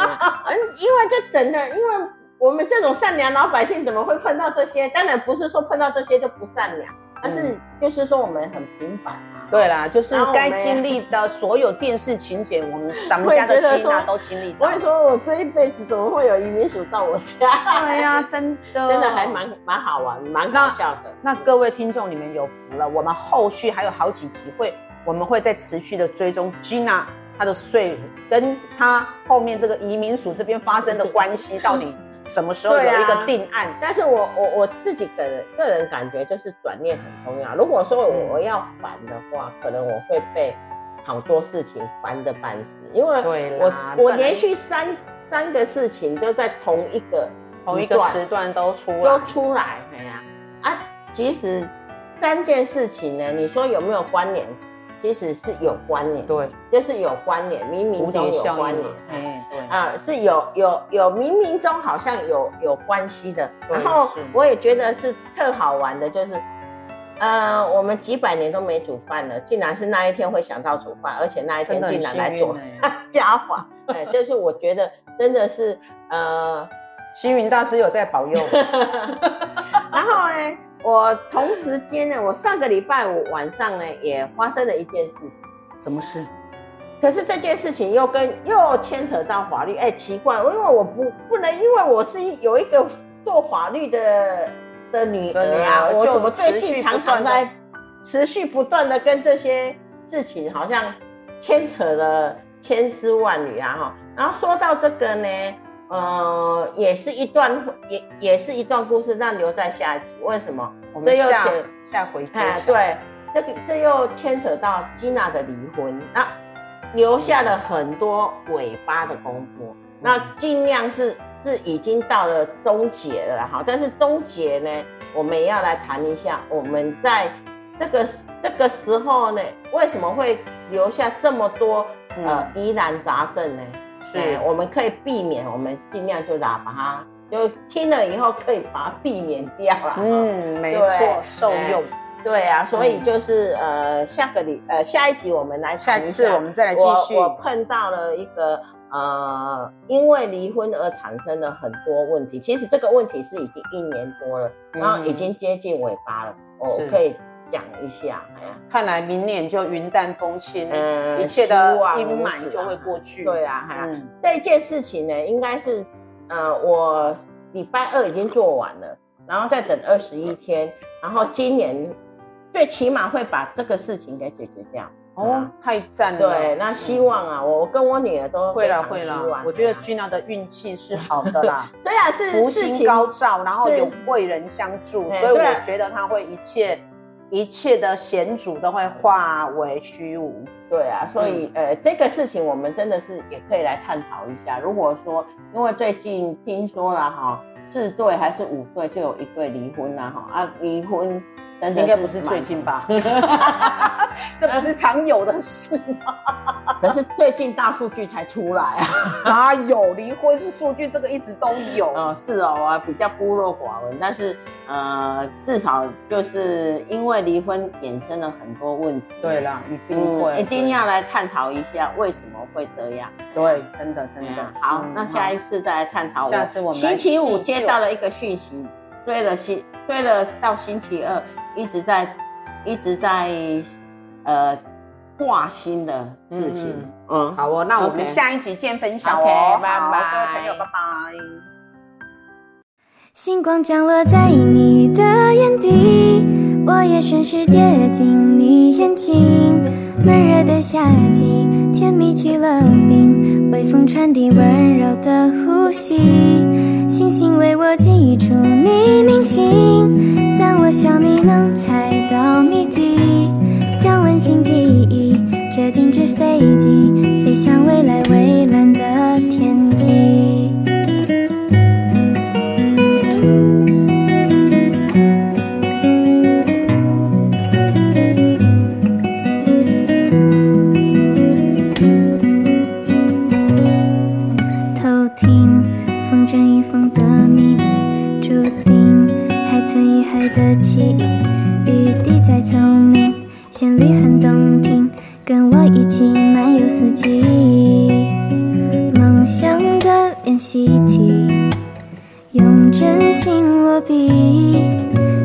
[SPEAKER 2] 嗯，因为就真的，因为我们这种善良老百姓怎么会碰到这些？当然不是说碰到这些就不善良，但是
[SPEAKER 5] 嗯
[SPEAKER 2] 就是说我们很平凡啊。
[SPEAKER 5] 对啦，就是
[SPEAKER 2] 然后我们
[SPEAKER 5] 该
[SPEAKER 2] 也
[SPEAKER 5] 经历的所有电视情节，我们咱们
[SPEAKER 2] 会
[SPEAKER 5] 家的
[SPEAKER 2] 觉得
[SPEAKER 5] Gina
[SPEAKER 2] 说
[SPEAKER 5] 都经历到。
[SPEAKER 2] 我跟你说，我这一辈子怎么会有移民署到我家？
[SPEAKER 5] 对哎呀、真的，
[SPEAKER 2] 真的还。蛮蛮好玩，蛮搞笑的。
[SPEAKER 5] 那各位听众，你们有福了，我们后续还有好几集会，我们会再持续的追踪 Gina 她的税跟她后面这个移民署这边发 生的关系，到底什么时候
[SPEAKER 2] 对啊
[SPEAKER 5] 有一个定案？
[SPEAKER 2] 但是我我我自己个人个人感觉就是转念很重要。如果说
[SPEAKER 5] 嗯
[SPEAKER 2] 我我要反的话，可能我会被好多事情烦的半死，因 为
[SPEAKER 5] 对
[SPEAKER 2] 我
[SPEAKER 5] 啦
[SPEAKER 2] 我
[SPEAKER 5] 本来
[SPEAKER 2] 连续三三个事情就在同一个
[SPEAKER 5] 同一个
[SPEAKER 2] 段
[SPEAKER 5] 时段都出
[SPEAKER 2] 都
[SPEAKER 5] 来，
[SPEAKER 2] 出来，哎呀啊其实三件事情呢，你说有没有关联？其实是有关联，
[SPEAKER 5] 对，
[SPEAKER 2] 就是有关联，冥冥
[SPEAKER 5] 蝴
[SPEAKER 2] 中
[SPEAKER 5] 蝶
[SPEAKER 2] 有
[SPEAKER 5] 效
[SPEAKER 2] 关
[SPEAKER 5] 应
[SPEAKER 2] 联
[SPEAKER 5] 嘛，。哎，对，
[SPEAKER 2] 啊，是有有有冥冥中好像有有关系的。
[SPEAKER 5] 对
[SPEAKER 2] 然后
[SPEAKER 5] 是
[SPEAKER 2] 我也觉得是特好玩的，就是，呃，我们几百年都没煮饭了，竟然是那一天会想到煮饭，而且那一天
[SPEAKER 5] 真的
[SPEAKER 2] 竟
[SPEAKER 5] 很
[SPEAKER 2] 然来
[SPEAKER 5] 幸
[SPEAKER 2] 做
[SPEAKER 5] 运哎。
[SPEAKER 2] 家伙， 哎，这是我觉得真的是呃，
[SPEAKER 5] 星云大师有在保佑，
[SPEAKER 2] 然后呢，我同时间呢，我上个礼拜五晚上呢也发生了一件事情。
[SPEAKER 5] 什么事？
[SPEAKER 2] 可是这件事情又跟又牵扯到法律，哎、奇怪，因为我不不能，因为我是有一个做法律的的女儿啊，
[SPEAKER 5] 的女儿
[SPEAKER 2] 我
[SPEAKER 5] 就
[SPEAKER 2] 怎么最
[SPEAKER 5] 持续
[SPEAKER 2] 近
[SPEAKER 5] 不
[SPEAKER 2] 常常
[SPEAKER 5] 断地
[SPEAKER 2] 在持续不断的跟这些事情好像牵扯了千丝万缕啊哈。然后说到这个呢，呃，也是一段也也是一段故事，那留在下一集。为什么？
[SPEAKER 7] 我
[SPEAKER 2] 这
[SPEAKER 7] 们
[SPEAKER 2] 又
[SPEAKER 7] 下
[SPEAKER 2] 且
[SPEAKER 7] 下回揭
[SPEAKER 2] 哎，
[SPEAKER 7] 晓。
[SPEAKER 2] 对，这个这又牵扯到吉娜的离婚，那留下了很多尾巴的功
[SPEAKER 7] 嗯
[SPEAKER 2] 夫。那尽量是是已经到了终结了啦哈，但是终结呢，我们也要来谈一下，我们在这个这个时候呢，为什么会留下这么多呃疑难杂症呢？
[SPEAKER 7] 嗯是
[SPEAKER 2] 哎我们可以避免，我们尽量就啦把它就听了以后可以把它避免掉了。嗯。
[SPEAKER 7] 嗯，没
[SPEAKER 2] 对
[SPEAKER 7] 错，受用。
[SPEAKER 2] 对啊，所
[SPEAKER 7] 嗯
[SPEAKER 2] 以就是、呃，下个礼呃下一集我们来
[SPEAKER 7] 下
[SPEAKER 2] 谈一
[SPEAKER 7] 次
[SPEAKER 2] 下
[SPEAKER 7] 我们再来继续
[SPEAKER 2] 我我碰到了一个呃，因为离婚而产生了很多问题。其实这个问题是已经一年多了，然后已经接近尾巴了。我
[SPEAKER 7] 嗯是
[SPEAKER 2] 可以讲一下，哎呀，
[SPEAKER 7] 看来明年就云淡风轻，
[SPEAKER 2] 嗯
[SPEAKER 7] 一切的
[SPEAKER 2] 希望如
[SPEAKER 7] 阴
[SPEAKER 2] 此
[SPEAKER 7] 霾
[SPEAKER 2] 啊
[SPEAKER 7] 就会过去。
[SPEAKER 2] 对啊，哎呀，
[SPEAKER 7] 嗯，
[SPEAKER 2] 这件事情呢，应该是呃，我礼拜二已经做完了，然后再等二十一天，然后今年最起码会把这个事情给解决掉。
[SPEAKER 7] 哦，太赞了。
[SPEAKER 2] 啊
[SPEAKER 7] 嗯
[SPEAKER 2] 对，那希望啊，我跟我女儿都
[SPEAKER 7] 会
[SPEAKER 2] 非
[SPEAKER 7] 了
[SPEAKER 2] 常
[SPEAKER 7] 会
[SPEAKER 2] 希
[SPEAKER 7] 了
[SPEAKER 2] 望，
[SPEAKER 7] 我觉得
[SPEAKER 2] 啊
[SPEAKER 7] Gina 的运气是好的啦，
[SPEAKER 2] 虽然是
[SPEAKER 7] 福
[SPEAKER 2] 事
[SPEAKER 7] 星
[SPEAKER 2] 情
[SPEAKER 7] 高照，然后
[SPEAKER 2] 是
[SPEAKER 7] 有贵人相助，
[SPEAKER 2] 哎
[SPEAKER 7] 所以
[SPEAKER 2] 对啊
[SPEAKER 7] 我觉得他会一切一切的险阻都会化为虚无。
[SPEAKER 2] 对啊，所以、
[SPEAKER 7] 嗯
[SPEAKER 2] 呃，这个事情我们真的是也可以来探讨一下。如果说，因为最近听说了哈，四对还是五对就有一对离婚了哈啊，离婚真的
[SPEAKER 7] 应该不是最
[SPEAKER 2] 蛮
[SPEAKER 7] 近 吧？这不是常有的事
[SPEAKER 2] 可是最近大数据才出来啊。
[SPEAKER 7] 啊！有离婚是数据，这个一直都有。
[SPEAKER 2] 哦，是哦，啊，比较孤陋寡闻，但是呃，至少就是因为离婚衍生了很多问题。嗯
[SPEAKER 7] 对啦，嗯一定会，
[SPEAKER 2] 一定要来探讨一下为什么会这样。
[SPEAKER 7] 对，真的真的
[SPEAKER 2] 嗯。好，
[SPEAKER 7] 嗯
[SPEAKER 2] 那下一次再来探讨。
[SPEAKER 7] 下次我们来
[SPEAKER 2] 星期五
[SPEAKER 7] 细究
[SPEAKER 2] 接到了一个讯息，追了星追了到星期二，一直在一直在呃挂心的事情。嗯，
[SPEAKER 7] 好哦，那我们
[SPEAKER 2] OK
[SPEAKER 7] 下一集见分享
[SPEAKER 2] OK，
[SPEAKER 7] 哦。
[SPEAKER 2] 拜
[SPEAKER 7] 好
[SPEAKER 2] 拜
[SPEAKER 7] 各位朋友，拜拜。
[SPEAKER 3] 星光降落在你的眼底，我也顺势跌进你眼睛。闷热的夏季，甜蜜去了冰，微风传递温柔的呼吸，星星为我记住你名姓。当我想你能猜到谜底，将温馨记忆折进纸飞机，飞向未来蔚蓝的天际。偷听风筝与风的秘密，注定海豚与海的记忆。雨滴再聪明，旋律很动听，跟我一起漫游四季。梦想的练习题，用真心落笔，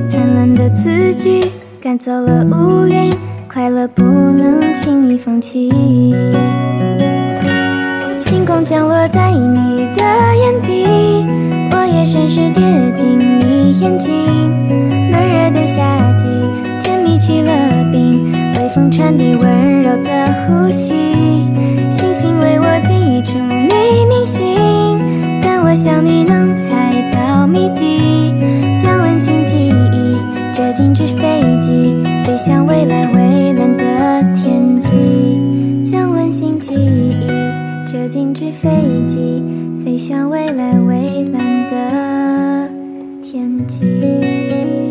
[SPEAKER 3] 灿烂的字句赶走了乌云，快乐不能轻易放弃。星空降落在你的眼底，我也顺势跌进你眼睛。闷热的夏季，甜蜜去了冰，微风传递温柔的呼吸，星星为我记住你名姓。但我想你能猜到谜底，将温馨记忆折进纸飞机，飞向未来蔚蓝的天际，将温馨记忆。折进纸飞机，飞向未来蔚蓝的天际。